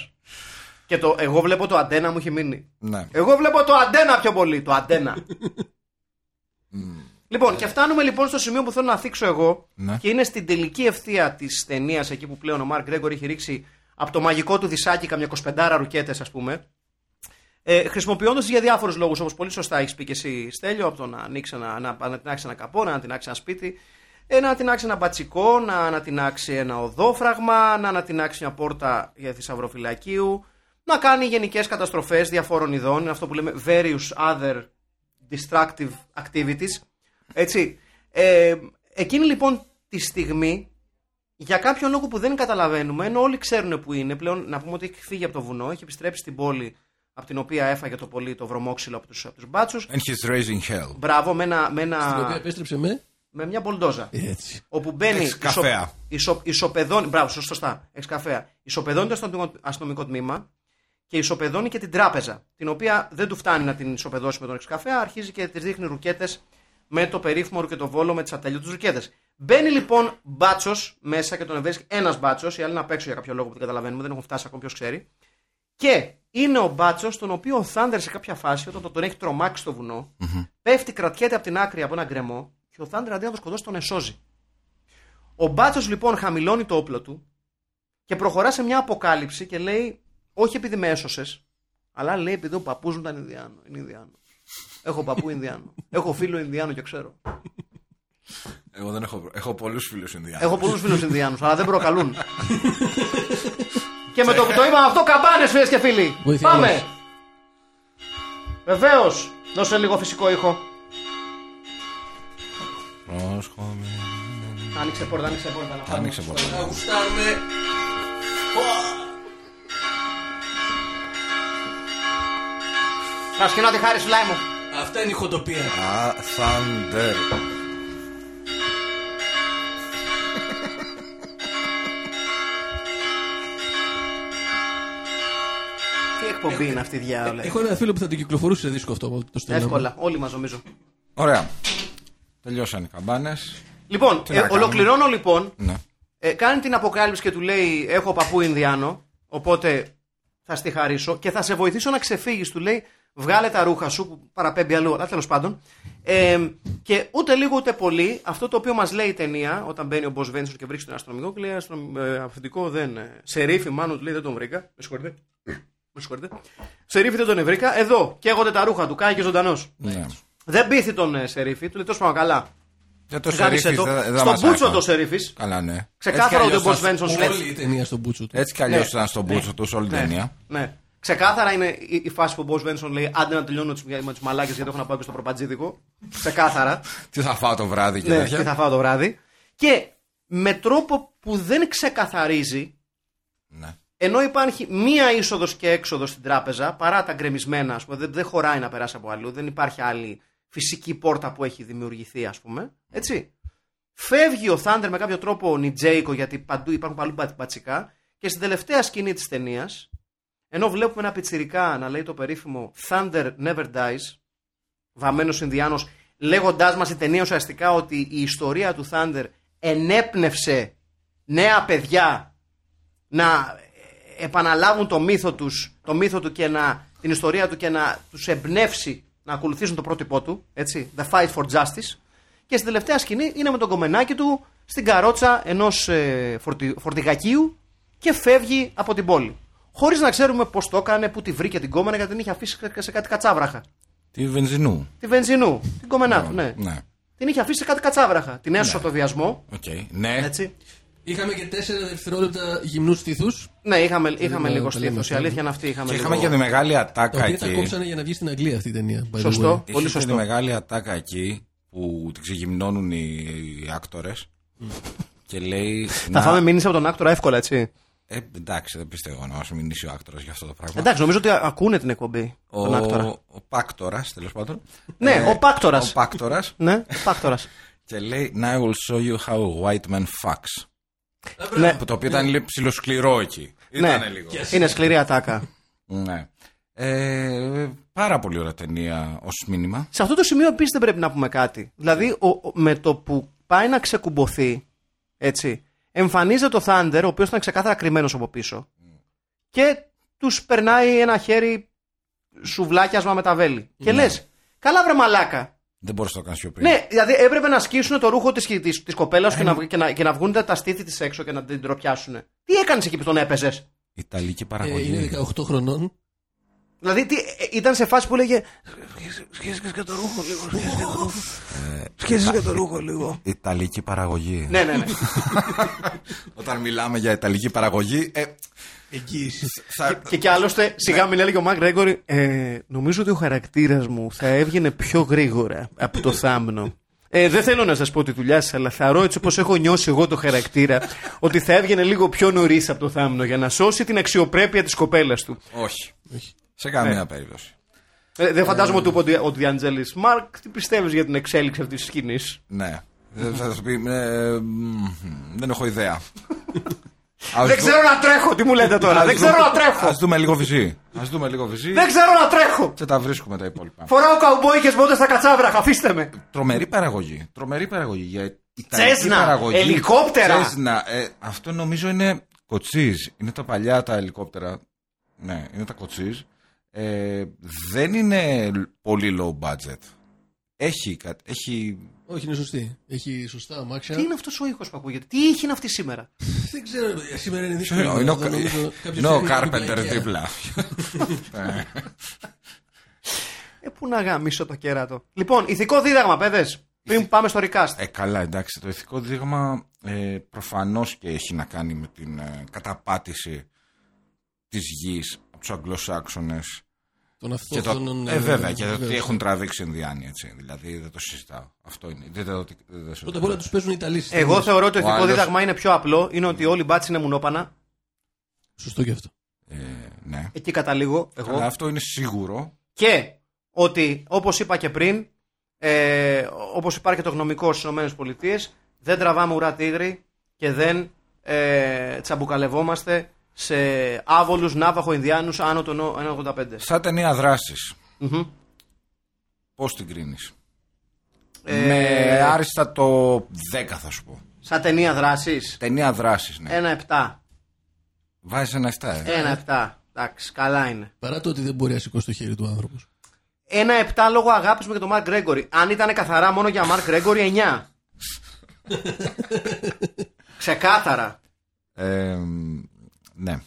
Και το εγώ βλέπω το αντένα μου έχει μείνει.
Ναι.
Εγώ βλέπω το αντένα πιο πολύ. Το αντένα. λοιπόν, και φτάνουμε λοιπόν στο σημείο που θέλω να θίξω εγώ.
Ναι.
Και είναι στην τελική ευθεία της ταινίας, εκεί που πλέον ο Μαρκ Γκρέγκορ έχει ρίξει από το μαγικό του δισάκι καμιά 25 ρουκέτες, ας πούμε. Ε, Χρησιμοποιώντας για διάφορους λόγους, όπως πολύ σωστά έχεις πει και εσύ, Στέλιο, από το να, ανοίξει ένα, να, να τεινάξει ένα καπό, να τεινάξει ένα σπίτι, ε, να τεινάξει ένα μπατσικό, να, να τεινάξει ένα οδόφραγμα, να, να τεινάξει μια πόρτα για θησαυροφυλακίου, να κάνει γενικές καταστροφές διαφόρων ειδών, είναι αυτό που λέμε various other distractive activities. Έτσι. Ε, εκείνη λοιπόν τη στιγμή, για κάποιο λόγο που δεν καταλαβαίνουμε, ενώ όλοι ξέρουν που είναι, πλέον να πούμε ότι έχει φύγει από το βουνό, έχει επιστρέψει στην πόλη από την οποία έφαγε το πολύ το βρωμόξυλο από τους, από τους μπάτσους.
And he's raising hell.
Μπράβο, με, ένα, με,
Την
ένα,
οποία επέστρεψε με.
με μια μπολντόζα.
Έτσι.
Όπου μπαίνει.
Έχεις καφέα.
ισο- ισοπεδώνει. Μπράβο, σωστά. Έχει καφέα. Ισοπεδώνει το αστυνομικό, αστυνομικό τμήμα και ισοπεδώνει και την τράπεζα. Την οποία δεν του φτάνει να την ισοπεδώσει με τον εξκαφέα, αρχίζει και τη δείχνει ρουκέτες με το περίφημο ρουκετοβόλο με τις ατέλειωτες ρουκέτες. Μπαίνει λοιπόν μπάτσος μέσα και τον βρίσκει ένας μπάτσος, οι άλλοι είναι απ' έξω για κάποιο λόγο που δεν καταλαβαίνουμε, δεν έχουν φτάσει ακόμη, ποιος ξέρει. Και είναι ο μπάτσος, τον οποίο ο Θάντερ σε κάποια φάση, όταν τον έχει τρομάξει στο βουνο πέφτει, κρατιέται από την άκρη από ένα γκρεμό και ο Θάντερ αντί να τον σκοτώσει τον εσώζει. Ο Μπάτσος λοιπόν χαμηλώνει το όπλο του και προχωρά σε μια αποκάλυψη και λέει, όχι επειδή με έσωσες, αλλά λέει επειδή ο παππούς μου ήταν Ινδιάνο. Είναι Ινδιάνο. Έχω παππού Ινδιάνο. Έχω φίλο Ινδιάνο και ξέρω.
Εγώ δεν έχω. Έχω πολλούς φίλους Ινδιάνους.
Έχω πολλούς φίλους Ινδιάνους, αλλά δεν προκαλούν. και με το που το είπαμε αυτό, καμπάνες φίλες και φίλοι.
Βοήθεια
Πάμε.
όλος.
Βεβαίως. Δώσε λίγο φυσικό ήχο.
Πρόσχομαι.
Άνοιξε πόρτα, άνοιξε πόρτα. να πάμε.
Άνοιξε ποτέ.
Να γουστάρουμε.
Να σκηνώ τη χάρη σου, λάι μου.
Αυτά είναι η χοντοπία.
Α, Thunder.
Τι εκπομπή είναι αυτή η διάολα.
Έχω ένα φίλο που θα το κυκλοφορούσε σε δίσκο αυτό. Το στέλνω.
Εύκολα, όλοι μας νομίζω.
Ωραία. Τελειώσαν οι καμπάνες.
Λοιπόν,
να
ε,
κάνουμε.
ολοκληρώνω λοιπόν.
Ναι.
Ε, κάνει την αποκάλυψη και του λέει: Έχω παππού Ινδιάνο. Οπότε θα στη χαρίσω και θα σε βοηθήσω να ξεφύγεις. Του λέει: Βγάλε τα ρούχα σου που παραπέμπει αλλού. Αλλά τέλος πάντων. Ε, και ούτε λίγο ούτε πολύ αυτό το οποίο μας λέει η ταινία όταν μπαίνει ο Μπο Βένσον και βρίσκει τον αστυνομικό και λέει: «Αστρο- ε, Αφεντικό δεν. ε, Σερίφη, μάλλον του λέει: Δεν τον βρήκα. Με συγχωρείτε. Με συγχωρείτε. Σερίφη δεν τον βρήκα. Εδώ καίγονται τα ρούχα του. Κάει και ζωντανός.
ναι.
Δεν πείθει τον ε, Σερίφη. Του λέει: Τόσο πάμε καλά.
Για το
Γάμισε
Σερίφη
το.
δεν- δεν
Στον
μας
Μπούτσο
άκουγα.
το Σερίφη.
Καλά, ναι.
Ξεκάθαρα ότι ο
αλλιώς
Μπος
θα-
Βένσον σου
Όλη η ταινία στον μπούτσο του.
Έτσι κι αλλιώς
Ναι.
ήταν στον Μπούτσο του όλη την ταινία.
Ναι. Ξεκάθαρα είναι η, η φάση που ο Μπό Βένσον λέει: Άντε να τελειώνω τις- με τους μαλάκες γιατί έχω να πάω και στο προπατζίδικο. Ξεκάθαρα.
Τι θα φάω το βράδυ και
ναι,
τέτοια.
και θα φάω το βράδυ. Και με τρόπο που δεν ξεκαθαρίζει,
Ναι.
ενώ υπάρχει μία είσοδος και έξοδος στην τράπεζα, παρά τα γκρεμισμένα, ας πούμε, δεν, δεν χωράει να περάσει από αλλού, δεν υπάρχει άλλη φυσική πόρτα που έχει δημιουργηθεί, ας πούμε. Έτσι. Φεύγει ο Θάντερ με κάποιο τρόπο νιτζέικο, γιατί παντού υπάρχουν παλού μπα- μπατσικά, και στην τελευταία σκηνή της ταινίας, ενώ βλέπουμε ένα πιτσιρικά να λέει το περίφημο Thunder never dies, βαμμένος Ινδιάνος, λέγοντάς μας η ταινία ουσιαστικά ότι η ιστορία του Thunder ενέπνευσε νέα παιδιά να επαναλάβουν το μύθο, τους, το μύθο του και να, την ιστορία του και να τους εμπνεύσει να ακολουθήσουν το πρότυπό του, έτσι, The Fight for Justice. Και στην τελευταία σκηνή είναι με τον κομμενάκι του στην καρότσα ενός ε, φορτι- φορτηγακίου και φεύγει από την πόλη. Χωρίς να ξέρουμε πώς το έκανε, που τη βρήκε την κόμενα γιατί την είχε αφήσει σε κάτι κατσάβραχα.
Τη βενζινού.
Τη βενζινού, την κομμενά του, ναι.
Ναι.
Την είχε αφήσει σε κάτι κατσάβραχα. Την έσωσε από το βιασμό.
Οκ. Ναι.
Έτσι.
Είχαμε και τέσσερα δευτερόλεπτα γυμνούς στήθους.
Ναι, είχαμε, είχαμε
λέω
λίγο
τα λέμε
στήθος. Η
αυτά.
αλήθεια είναι αυτή. Είχαμε,
Και
λίγο...
είχαμε και τη μεγάλη
Τα
ατάκα
οποία τα
εκεί.
κόψανε για να βγει στην Αγγλία αυτή η ταινία. by the
Σωστό.
way.
Είχε
Πολύ
και
σωστό.
τη μεγάλη ατάκα εκεί που την ξεγυμνώνουν οι, οι άκτορες. και λέει.
Θα
να-
φάμε μήνυση από τον άκτορα εύκολα, έτσι.
Ε, εντάξει, δεν πιστεύω να μα μιλήσει ο άκτορας για αυτό το πράγμα.
Εντάξει, νομίζω ότι ακούνε την εκπομπή.
ο,
Τον άκτορα.
ο πάκτορας, τέλος πάντων.
Ναι, ο
Ο
Πάκτορας.
πάκτορας.
Ναι, Πάκτορας.
και λέει Now I will show you how a white man fucks.
ναι,
Που το οποίο ήταν λίγο ψηλοσκληρό εκεί.
ναι.
Ήταν λίγο.
Είναι σκληρή ατάκα.
Ναι. Ε, πάρα πολύ ωραία ταινία ως μήνυμα.
Σε αυτό το σημείο επίσης δεν πρέπει να πούμε κάτι. Δηλαδή, ο, ο- με το που πάει να ξεκουμποθεί, έτσι, εμφανίζεται ο Thunder, ο οποίος ήταν ξεκάθαρα κρυμμένος από πίσω,
Mm.
και τους περνάει ένα χέρι σουβλάκιασμα με τα βέλη. Και
Ναι.
λες, καλά βρε μαλάκα.
Δεν μπορείς να το κάνεις πιο πριν.
Ναι, δηλαδή έπρεπε να σκίσουν το ρούχο της της, της κοπέλας και, να, βγ- και, να, και να βγουν τα- τα στήθη της έξω και να την τροπιάσουν. Τι έκανες εκεί που τον έπαιζες.
Ιταλική
Ε,
παραγωγή.
Είναι 18 χρονών.
Δηλαδή τι, ε, ήταν σε φάση που λέγε
Ιταλική παραγωγή.
Ναι, ναι, ναι.
Όταν μιλάμε για Ιταλική παραγωγή. Ε,
Εγγύησης.
θα...
και, και άλλωστε, σιγά μην έλεγε ο Μακ Γκρέγκορη, ε, νομίζω ότι ο χαρακτήρας μου θα έβγαινε πιο γρήγορα από το θάμνο. Ε, δεν θέλω να σας πω τη δουλειά σας, αλλά θαρώ έτσι όπως έχω νιώσει εγώ το χαρακτήρα, ότι θα έβγαινε λίγο πιο νωρίς από το θάμνο για να σώσει την αξιοπρέπεια της κοπέλας του.
Όχι. Σε καμία
Ναι.
περίπτωση.
Ε, δεν φαντάζομαι ότι του είπε ο Ντι- ο Διαντζέλη. Μαρκ, τι πιστεύεις για την εξέλιξη αυτής της σκηνής.
Ναι. Δεν θα σου πει. ε, μ, δεν έχω ιδέα. Ας
Δεν
δου-
ξέρω να τρέχω, τι μου λέτε τώρα.
ας
Δεν
δούμε-
ξέρω να τρέχω.
Ας δούμε λίγο βυζί. Ας δούμε λίγο βυζί
Δεν ξέρω να τρέχω.
και τα βρίσκουμε τα υπόλοιπα.
Φοράω καουμπόικε μπότε στα κατσάβρα, αφήστε με.
Τρομερή παραγωγή. Τρομερή παραγωγή. Για Ιταλική
Τσέσνα,
παραγωγή.
ελικόπτερα.
Τσέσνα. Ε, αυτό νομίζω είναι κοτσίζ. Είναι τα παλιά τα ελικόπτερα. Ναι, είναι τα κοτσίζ. Ε, δεν είναι πολύ low budget. Έχει κάτι. Έχει...
Όχι, είναι σωστή. Έχει σωστά αμάξια.
Τι είναι αυτός ο ήχος που ακούγεται, τι είχε αυτή σήμερα.
Δεν ξέρω, ε, σήμερα είναι
Είναι
δύσκολο.
ο- είναι ο-
Θα νομίζω κάποια
είναι ο
στιγμή
Κάρπεντερ
πλακιά.
δίπλα.
Ε, πού να γαμίσω το κέρατο. Λοιπόν, ηθικό δίδαγμα, παιδες. Πριν πάμε στο recast.
Ε, καλά, εντάξει. Το ηθικό δείγμα ε, προφανώς και έχει να κάνει με την ε, καταπάτηση της γης από τους Αγγλοσάξονες
Των
Και το-
αυτόχθονων.
ε, βέβαια, και το
Ναι, βεβαίως.
ότι έχουν τραβήξει Ινδιάνοι, έτσι. Δηλαδή, δεν το συζητάω. Αυτό είναι. Δεν, το- δεν, το
Πρώτα
συζητάω.
απ' όλα τους παίζουν οι Ιταλοί. στις
Εγώ
ταινίες.
θεωρώ ότι το
Ο
ηθικό
άλλος-
δίδαγμα είναι πιο απλό. Είναι ότι όλοι οι μπάτσοι είναι μουνόπανα.
Σωστό και αυτό.
Ε, ναι.
Εκεί καταλήγω εγώ.
Αλλά αυτό είναι σίγουρο.
Και ότι, όπως είπα και πριν, ε, όπως υπάρχει και το γνωμικό στις ΗΠΑ, δεν τραβάμε ουρά τίγρη και δεν ε, τσαμπουκαλευόμαστε σε άβολους Ναύαχο Ινδιάνους άνω των 1,85.
Σαν ταινία δράσης.
Μμμ.
Πώς την κρίνεις
Ε,
Με άριστα το 10, θα σου πω.
Σαν ταινία δράσης.
Ταινία δράσης, ναι.
Ένα 7.
Βάζεις ένα 7. ε.
Ένα 7. Εντάξει, καλά είναι.
Παρά το ότι δεν μπορεί να σηκώσει το χέρι του άνθρωπος.
Ένα 7 λόγω αγάπης μου για τον Μαρκ Γκρέγκορη. Αν ήταν καθαρά μόνο για Μαρκ Γκρέγκορη, 9. Ξεκάθαρα.
Ε, ναι.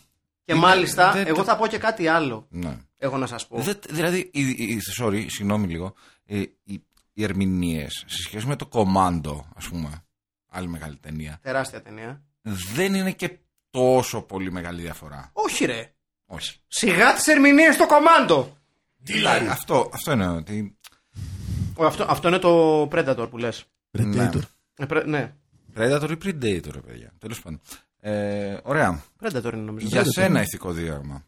Και μάλιστα,
δεν-
εγώ θα πω και κάτι άλλο.
ναι.
Έχω να σας πω.
Δεν- δηλαδή, η, η- sorry, συγγνώμη λίγο. Ε, οι, οι ερμηνείες σε σχέση με το κομμάντο, ας πούμε, άλλη μεγάλη ταινία,
Τεράστια ταινία.
δεν είναι και τόσο πολύ μεγάλη διαφορά.
Όχι, ρε.
Όχι.
Σιγά τις ερμηνείες στο κομμάντο.
Αυτό, αυτό είναι ότι.
Ω, Αυτό, αυτό είναι το Predator που λες.
Predator.
ναι,
Predator ή Predator, ρε παιδιά. Τέλος πάντων. Ε, ωραία.
Predator είναι νομίζω.
Για σένα ηθικό δίδαγμα.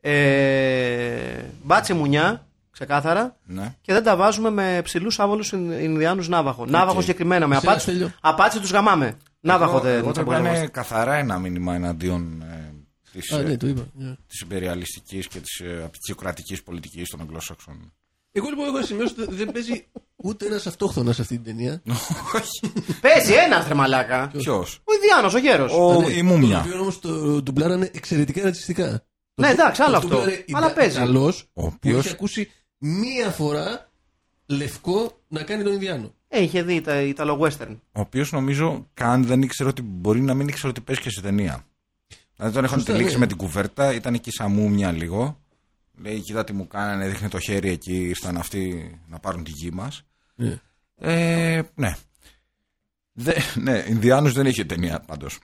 Ε, μπάτσε μουνιά, ξεκάθαρα.
Ναι.
Και δεν τα βάζουμε με ψηλούς άβολους Ινδιάνους Ναύαχο. Ναύαχος συγκεκριμένα. Με
Σε ένα
απάτσι,
στέλιο.
απάτσι τους γαμάμε. Ναύαχο
Εγώ-
δεν
εγώ
θα
το είναι καθαρά ένα μήνυμα εναντίον ε, της
Α, ναι, το είπα. Ναι.
υπεριαλιστικής και της ε, απεικιοκρατικής πολιτικής των Αγγλόσαξων.
Εγώ λοιπόν έχω σημειώσει ότι δεν παίζει ούτε ένας αυτόχθονας σε αυτή την ταινία.
Παίζει ένας ρε μαλάκα.
Ποιος.
Ο Ινδιάνο, ο γέρος.
ναι.
Ο, η
Το
μουμια.
οποίο όμως το ντουμπλάρανε εξαιρετικά ρατσιστικά.
Ναι, εντάξει, άλλο αυτό. Αλλά παίζει.
Καλό
Ο
που
οποίος.
έχει ακούσει μία φορά λευκό να κάνει τον Ινδιάνο.
Ε, είχε δει τα Ιταλο-Western.
ο οποίος νομίζω καν δεν ήξερε ότι μπορεί να μην ήξερε ότι παίζει και σε ταινία. Δηλαδή τον έχουν
Σωστά,
τελείξει
ναι.
με την κουβέρτα, ήταν εκεί σαν μουμια λίγο. Λέει, κοίτα τι μου κάνανε, δείχνει το χέρι εκεί, ήρθαν αυτοί να πάρουν τη γη μας.
Ναι.
Ε, ναι. Δε, ναι, Ινδιάνους δεν είχε ταινία πάντως.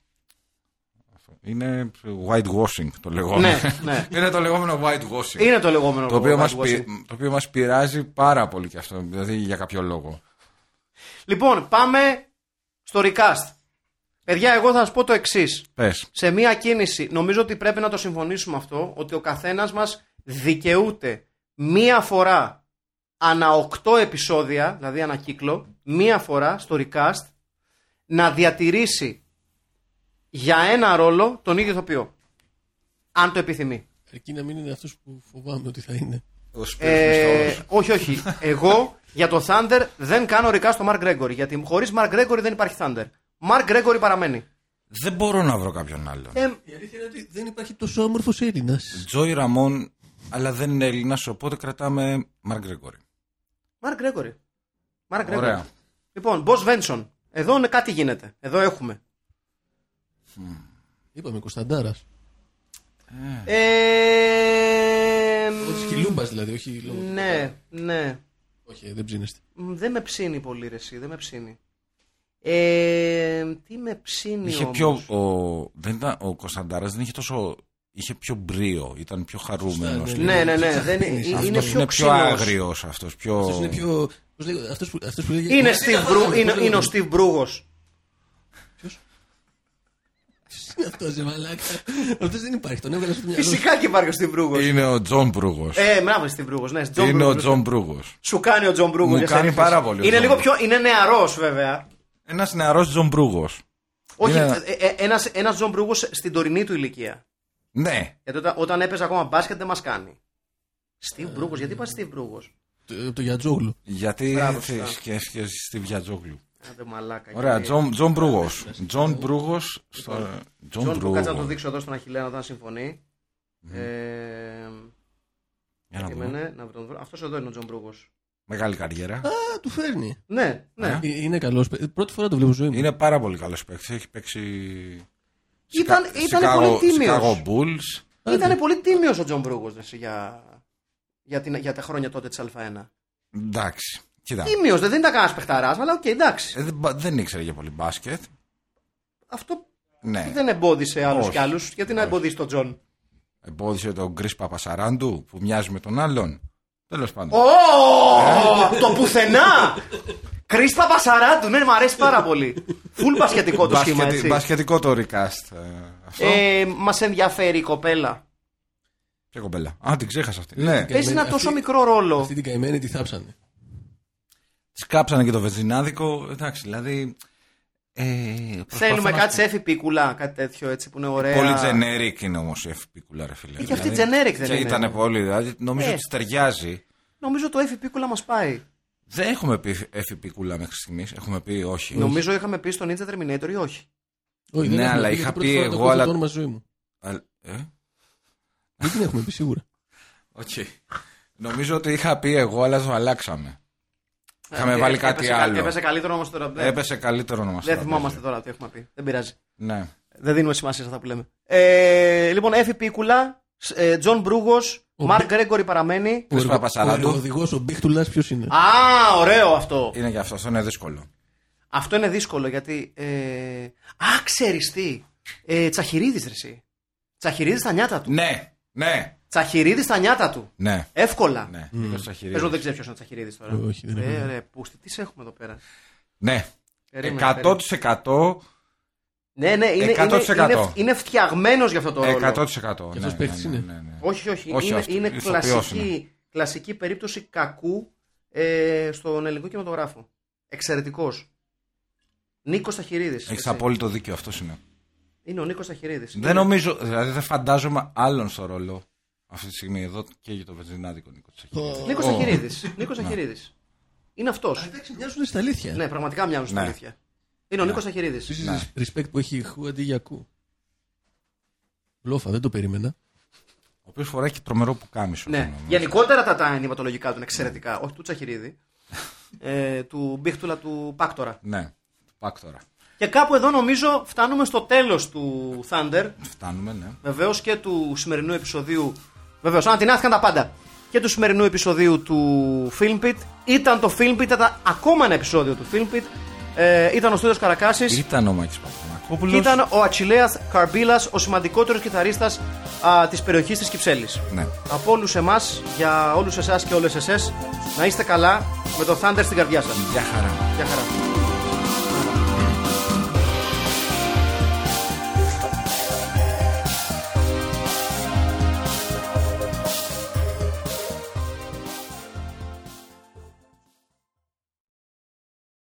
Είναι white washing το λεγόμενο.
Ναι, ναι.
Είναι το λεγόμενο white washing.
Είναι το λεγόμενο.
Το οποίο,
White
μας,
Washing.
πει- το οποίο μας πειράζει πάρα πολύ και αυτό, δηλαδή για κάποιο λόγο.
Λοιπόν, πάμε στο recast. Παιδιά, εγώ θα σας πω το εξής.
Πες.
Σε μία κίνηση, νομίζω ότι πρέπει να το συμφωνήσουμε αυτό, ότι ο καθένας μας δικαιούται μία φορά ανά 8 επεισόδια, δηλαδή ανά κύκλο, μία φορά στο recast, να διατηρήσει για ένα ρόλο τον ίδιο ηθοποιό. Αν το επιθυμεί.
Αρκεί να μην είναι αυτός που φοβάμαι ότι θα είναι.
Ο Spears
Ε,
Μισθός.
όχι, όχι. Εγώ για το Thunder δεν κάνω ρικά στο Mark Gregory. Γιατί χωρίς Mark Gregory δεν υπάρχει Thunder. Mark Gregory παραμένει.
Δεν μπορώ να βρω κάποιον άλλον.
Ε,
Η αλήθεια είναι ότι δεν υπάρχει τόσο όμορφος Έλληνας.
Τζόι Ραμόν, αλλά δεν είναι Έλληνας, οπότε κρατάμε Μαρκ Γκρέγκορη.
Mark Gregory. Mark Gregory.
Ωραία.
Λοιπόν, Boss Venson. Εδώ είναι κάτι γίνεται. Εδώ έχουμε.
Είπαμε Κωνσταντάρας.
Ε,
Ο Σκυλούμπα δηλαδή, όχι λόγω. του-
ναι, ναι.
Όχι, ε, δεν ψήνεστε.
Μ, Δεν με ψήνει πολύ ρε εσύ, δεν με ψήνει. Ε, τι με ψήνει
Είχε
όμως.
πιο, ο, δεν ήταν, ο Κωνσταντάρας δεν είχε τόσο. είχε πιο μπρίο, ήταν πιο χαρούμενος.
Σωστά,
Ναι, ναι, ναι. δεν, είναι,
Αυτός
είναι πιο,
είναι πιο
ξύλος.
άγριος αυτός. Πιο...
Αυτός είναι πιο. Πώς λέγω, αυτός που, αυτός που λέγεται.
Είναι, Steve Bru- είναι, είναι ο Steve Brugos.
Είναι αυτός, ρε μαλάκα. Αυτός δεν υπάρχει. Τον έβγαλε στο μυαλό. σου.
Φυσικά και υπάρχει ο Στιβ Μπρούγο.
Είναι ο Τζον Προύγο.
Ε, μπράβο, Στιβ Μπρούγο. Ναι, Τζον
είναι ο
Μπρούγος.
Τζον Προύγο.
Σου κάνει ο Τζον Μπρούγο.
Μου
για
κάνει
σερβίς.
πάρα πολύ ο
Είναι
Τζον
λίγο πιο.
Μπρούγος.
Είναι νεαρός βέβαια.
Ένας νεαρός Τζον Προύγο.
Όχι, ε,
Είναι-
ένα Τζον Μπρούγο στην τωρινή του ηλικία.
Ναι,
Γιατί όταν, όταν έπαιζε ακόμα μπάσκετ δεν μας κάνει. Στιβ Μπρούγος, γιατί είπα Στιβ Μπρούγος.
Το- Το Γιατζόγλου.
γιατί
Μπράβο, σωστά.
σκέφτηκε στη Βιατζόγλου.
Άντε μαλάκα.
Ωραία,
κύριε.
Τζον, Τζον Προύγο. Τζον Προύγο. στο- Τζον
Τζον που κάτσε να το
Προύγο.
δείξω εδώ στον Αχιλέα όταν συμφωνεί. Ε,
Για Ναι. να δούμε.
ναι, Περίμενε να βρω. Αυτός εδώ είναι ο Τζον Μπρούγος.
Μεγάλη καριέρα.
Α, του φέρνει.
Ναι, ναι.
Ε, Είναι καλός. Πρώτη φορά το βλέπω στη ζωή μου.
Είναι πάρα πολύ καλός παίκτης. Έχει παίξει.
Ήταν-
Σικα-
ήταν
Σικάγο-
πολύ τίμιος.
Σικάγο Bulls.
Ήταν πολύ τίμιος ο Τζον Μπρούγκο για, για, την- για τα χρόνια τότε της Α1.
Εντάξει. Κοίτα.
Τίμιος, δεν ήταν κανένας παιχταράς, αλλά οκ, εντάξει.
Ε, δεν, μπα- δεν ήξερε για πολύ μπάσκετ.
Αυτό
Ναι.
δεν εμπόδισε άλλους
Όχι. Ε.
κι άλλους. Γιατί να εμποδίσει τον Τζον.
Εμπόδισε τον Γκρι Παπασαράντου που μοιάζει με τον άλλον. Τέλος πάντων.
Ω! Το πουθενά! Κρίστα Παπασαράντου, ναι, μου αρέσει πάρα πολύ. Φουλ πασχετικό το σχήμα,
Μπασκετι-
έτσι.
μπασκετικό το recast. ε, αυτό.
Ε, Μας ενδιαφέρει η κοπέλα.
Ποια κομπέλα. Α, την ξέχασα αυτή. Ναι.
Καημένη,
Παίζει ένα τόσο
αυτή-
μικρό ρόλο.
Αυτή την καημένη τη θάψανε.
Της κάψανε και το βεζινάδικο. Εντάξει, δηλαδή. Ε, προσπαθώ
Θέλουμε
να-
κάτι σε εφηπίκουλα, κάτι τέτοιο έτσι που είναι ωραία.
Πολύ generic είναι όμως η FP κουλά, ρε φίλε. Δηλαδή,
Ε, και αυτή generic δεν
και
είναι.
Ήταν πολύ. Δηλαδή, νομίζω
Ε.
ότι της ταιριάζει.
Νομίζω το εφηπίκουλα μας πάει.
Δεν έχουμε πει FP κουλά μέχρι στιγμής. Έχουμε πει όχι.
Νομίζω είχαμε πει στο Ninja Terminator ή όχι.
Όχι,
Ναι,
δεν έχουμε
αλλά
πει,
είχα
γιατί πρώτη
πει
φορά το
εγώ,
ακούω
αλλά-
Το όνομα στη ζωή μου.
Α, ε?
Δεν την έχουμε πει σίγουρα.
Οκ. Νομίζω ότι είχα πει εγώ, αλλά το αλλάξαμε. Είχαμε
Ε,
βάλει
έπεσε
κάτι
κα-
άλλο.
Έπεσε καλύτερο όμως τώρα. Ναι.
Έπεσε καλύτερο να μα
Δεν θυμόμαστε τώρα τι έχουμε πει. Δεν πειράζει.
Ναι.
Δεν δίνουμε σημασία σε αυτά που λέμε. Ε, λοιπόν, Εφη Πίκουλα, ε, Τζον Μπρούγος,
Ο
Μαρκ Γκρέγκορη παραμένει.
Πες
Ο
Παπασαράντου.
οδηγός, ο Μπίχτουλας, ποιος είναι.
Α, ωραίο αυτό.
Είναι και αυτός, αυτό είναι δύσκολο.
Αυτό είναι δύσκολο γιατί. Ε, α, ξέρεις τι. Ε, Τσαχυρίδης, ρε. εσύ. Τσαχυρίδης στα νιάτα του.
Ναι, ναι,
Τσαχυρίδης στα νιάτα του.
ναι.
Εύκολα.
Ναι,
Πες μου, δεν ξέρει ποιος είναι ο Τσαχυρίδης τώρα.
Όχι, δεν
ε,
έχω.
ρε, πούστη, τι σε έχουμε εδώ πέρα.
ναι.
Περίμενε, περίμενε.
100%
Ναι, ναι, είναι,
100%.
είναι, είναι, είναι φτιαγμένος για αυτό το ρόλο.
100%.
αυτός
ναι,
παίκτης
ναι,
είναι.
ναι, ναι.
Όχι, όχι.
Όχι,
είναι
αυτό,
είναι
ηθοποιός
κλασική, κλασική περίπτωση κακού ε, στον ελληνικό κινηματογράφο. Εξαιρετικός. Νίκος Ταχυρίδη.
Έχει απόλυτο δίκιο αυτός είναι.
Είναι ο Νίκος Ταχυρίδη.
Δεν νομίζω, δηλαδή δεν φαντάζομαι άλλον στο ρόλο αυτή τη στιγμή εδώ και για το βενζινάδικο Νίκος Τσαχίδη.
Νίκος
Ω. Ναι.
Ταχυρίδη. Νίκο Ταχυρίδη. Είναι αυτός.
Εντάξει, μοιάζουν στα αλήθεια.
Ναι, πραγματικά μοιάζουν στην
Ναι.
αλήθεια. Είναι ο Νίκο Ταχυρίδη.
Επίση, respect που έχει χου αντί για κου. Λόφα, δεν το περίμενα.
Ο οποίος φοράει και τρομερό πουκάμισο.
Ναι.
νομίζω.
Γενικότερα τα, τα ενηματολογικά του είναι εξαιρετικά. Όχι του Τσαχυρίδη. ε, του Μπίχτουλα του Πάκτορα.
Ναι. Πάκ τώρα.
Και κάπου εδώ νομίζω φτάνουμε στο τέλος του Thunder.
Φτάνουμε, ναι.
Βεβαίως και του σημερινού επεισοδίου. Βεβαίως, ανατινάχθηκαν τα πάντα. Και του σημερινού επεισοδίου του Film Pit. Ήταν το Film Pit, ήταν ακόμα ένα επεισόδιο του Film Pit. Ε, ήταν ο Στέλιος Καρακάσης
Ήταν ο Μάκης Παπαδημακόπουλο.
και ήταν ο Ατσιλέας Καρμπίλας, ο σημαντικότερος κιθαρίστας α, της περιοχής της Κυψέλης.
Ναι.
Από όλους εμάς, για όλους εσάς και όλες εσές, να είστε καλά με το Thunder στην καρδιά σας.
Ναι. Γεια χαρά.
Γεια χαρά.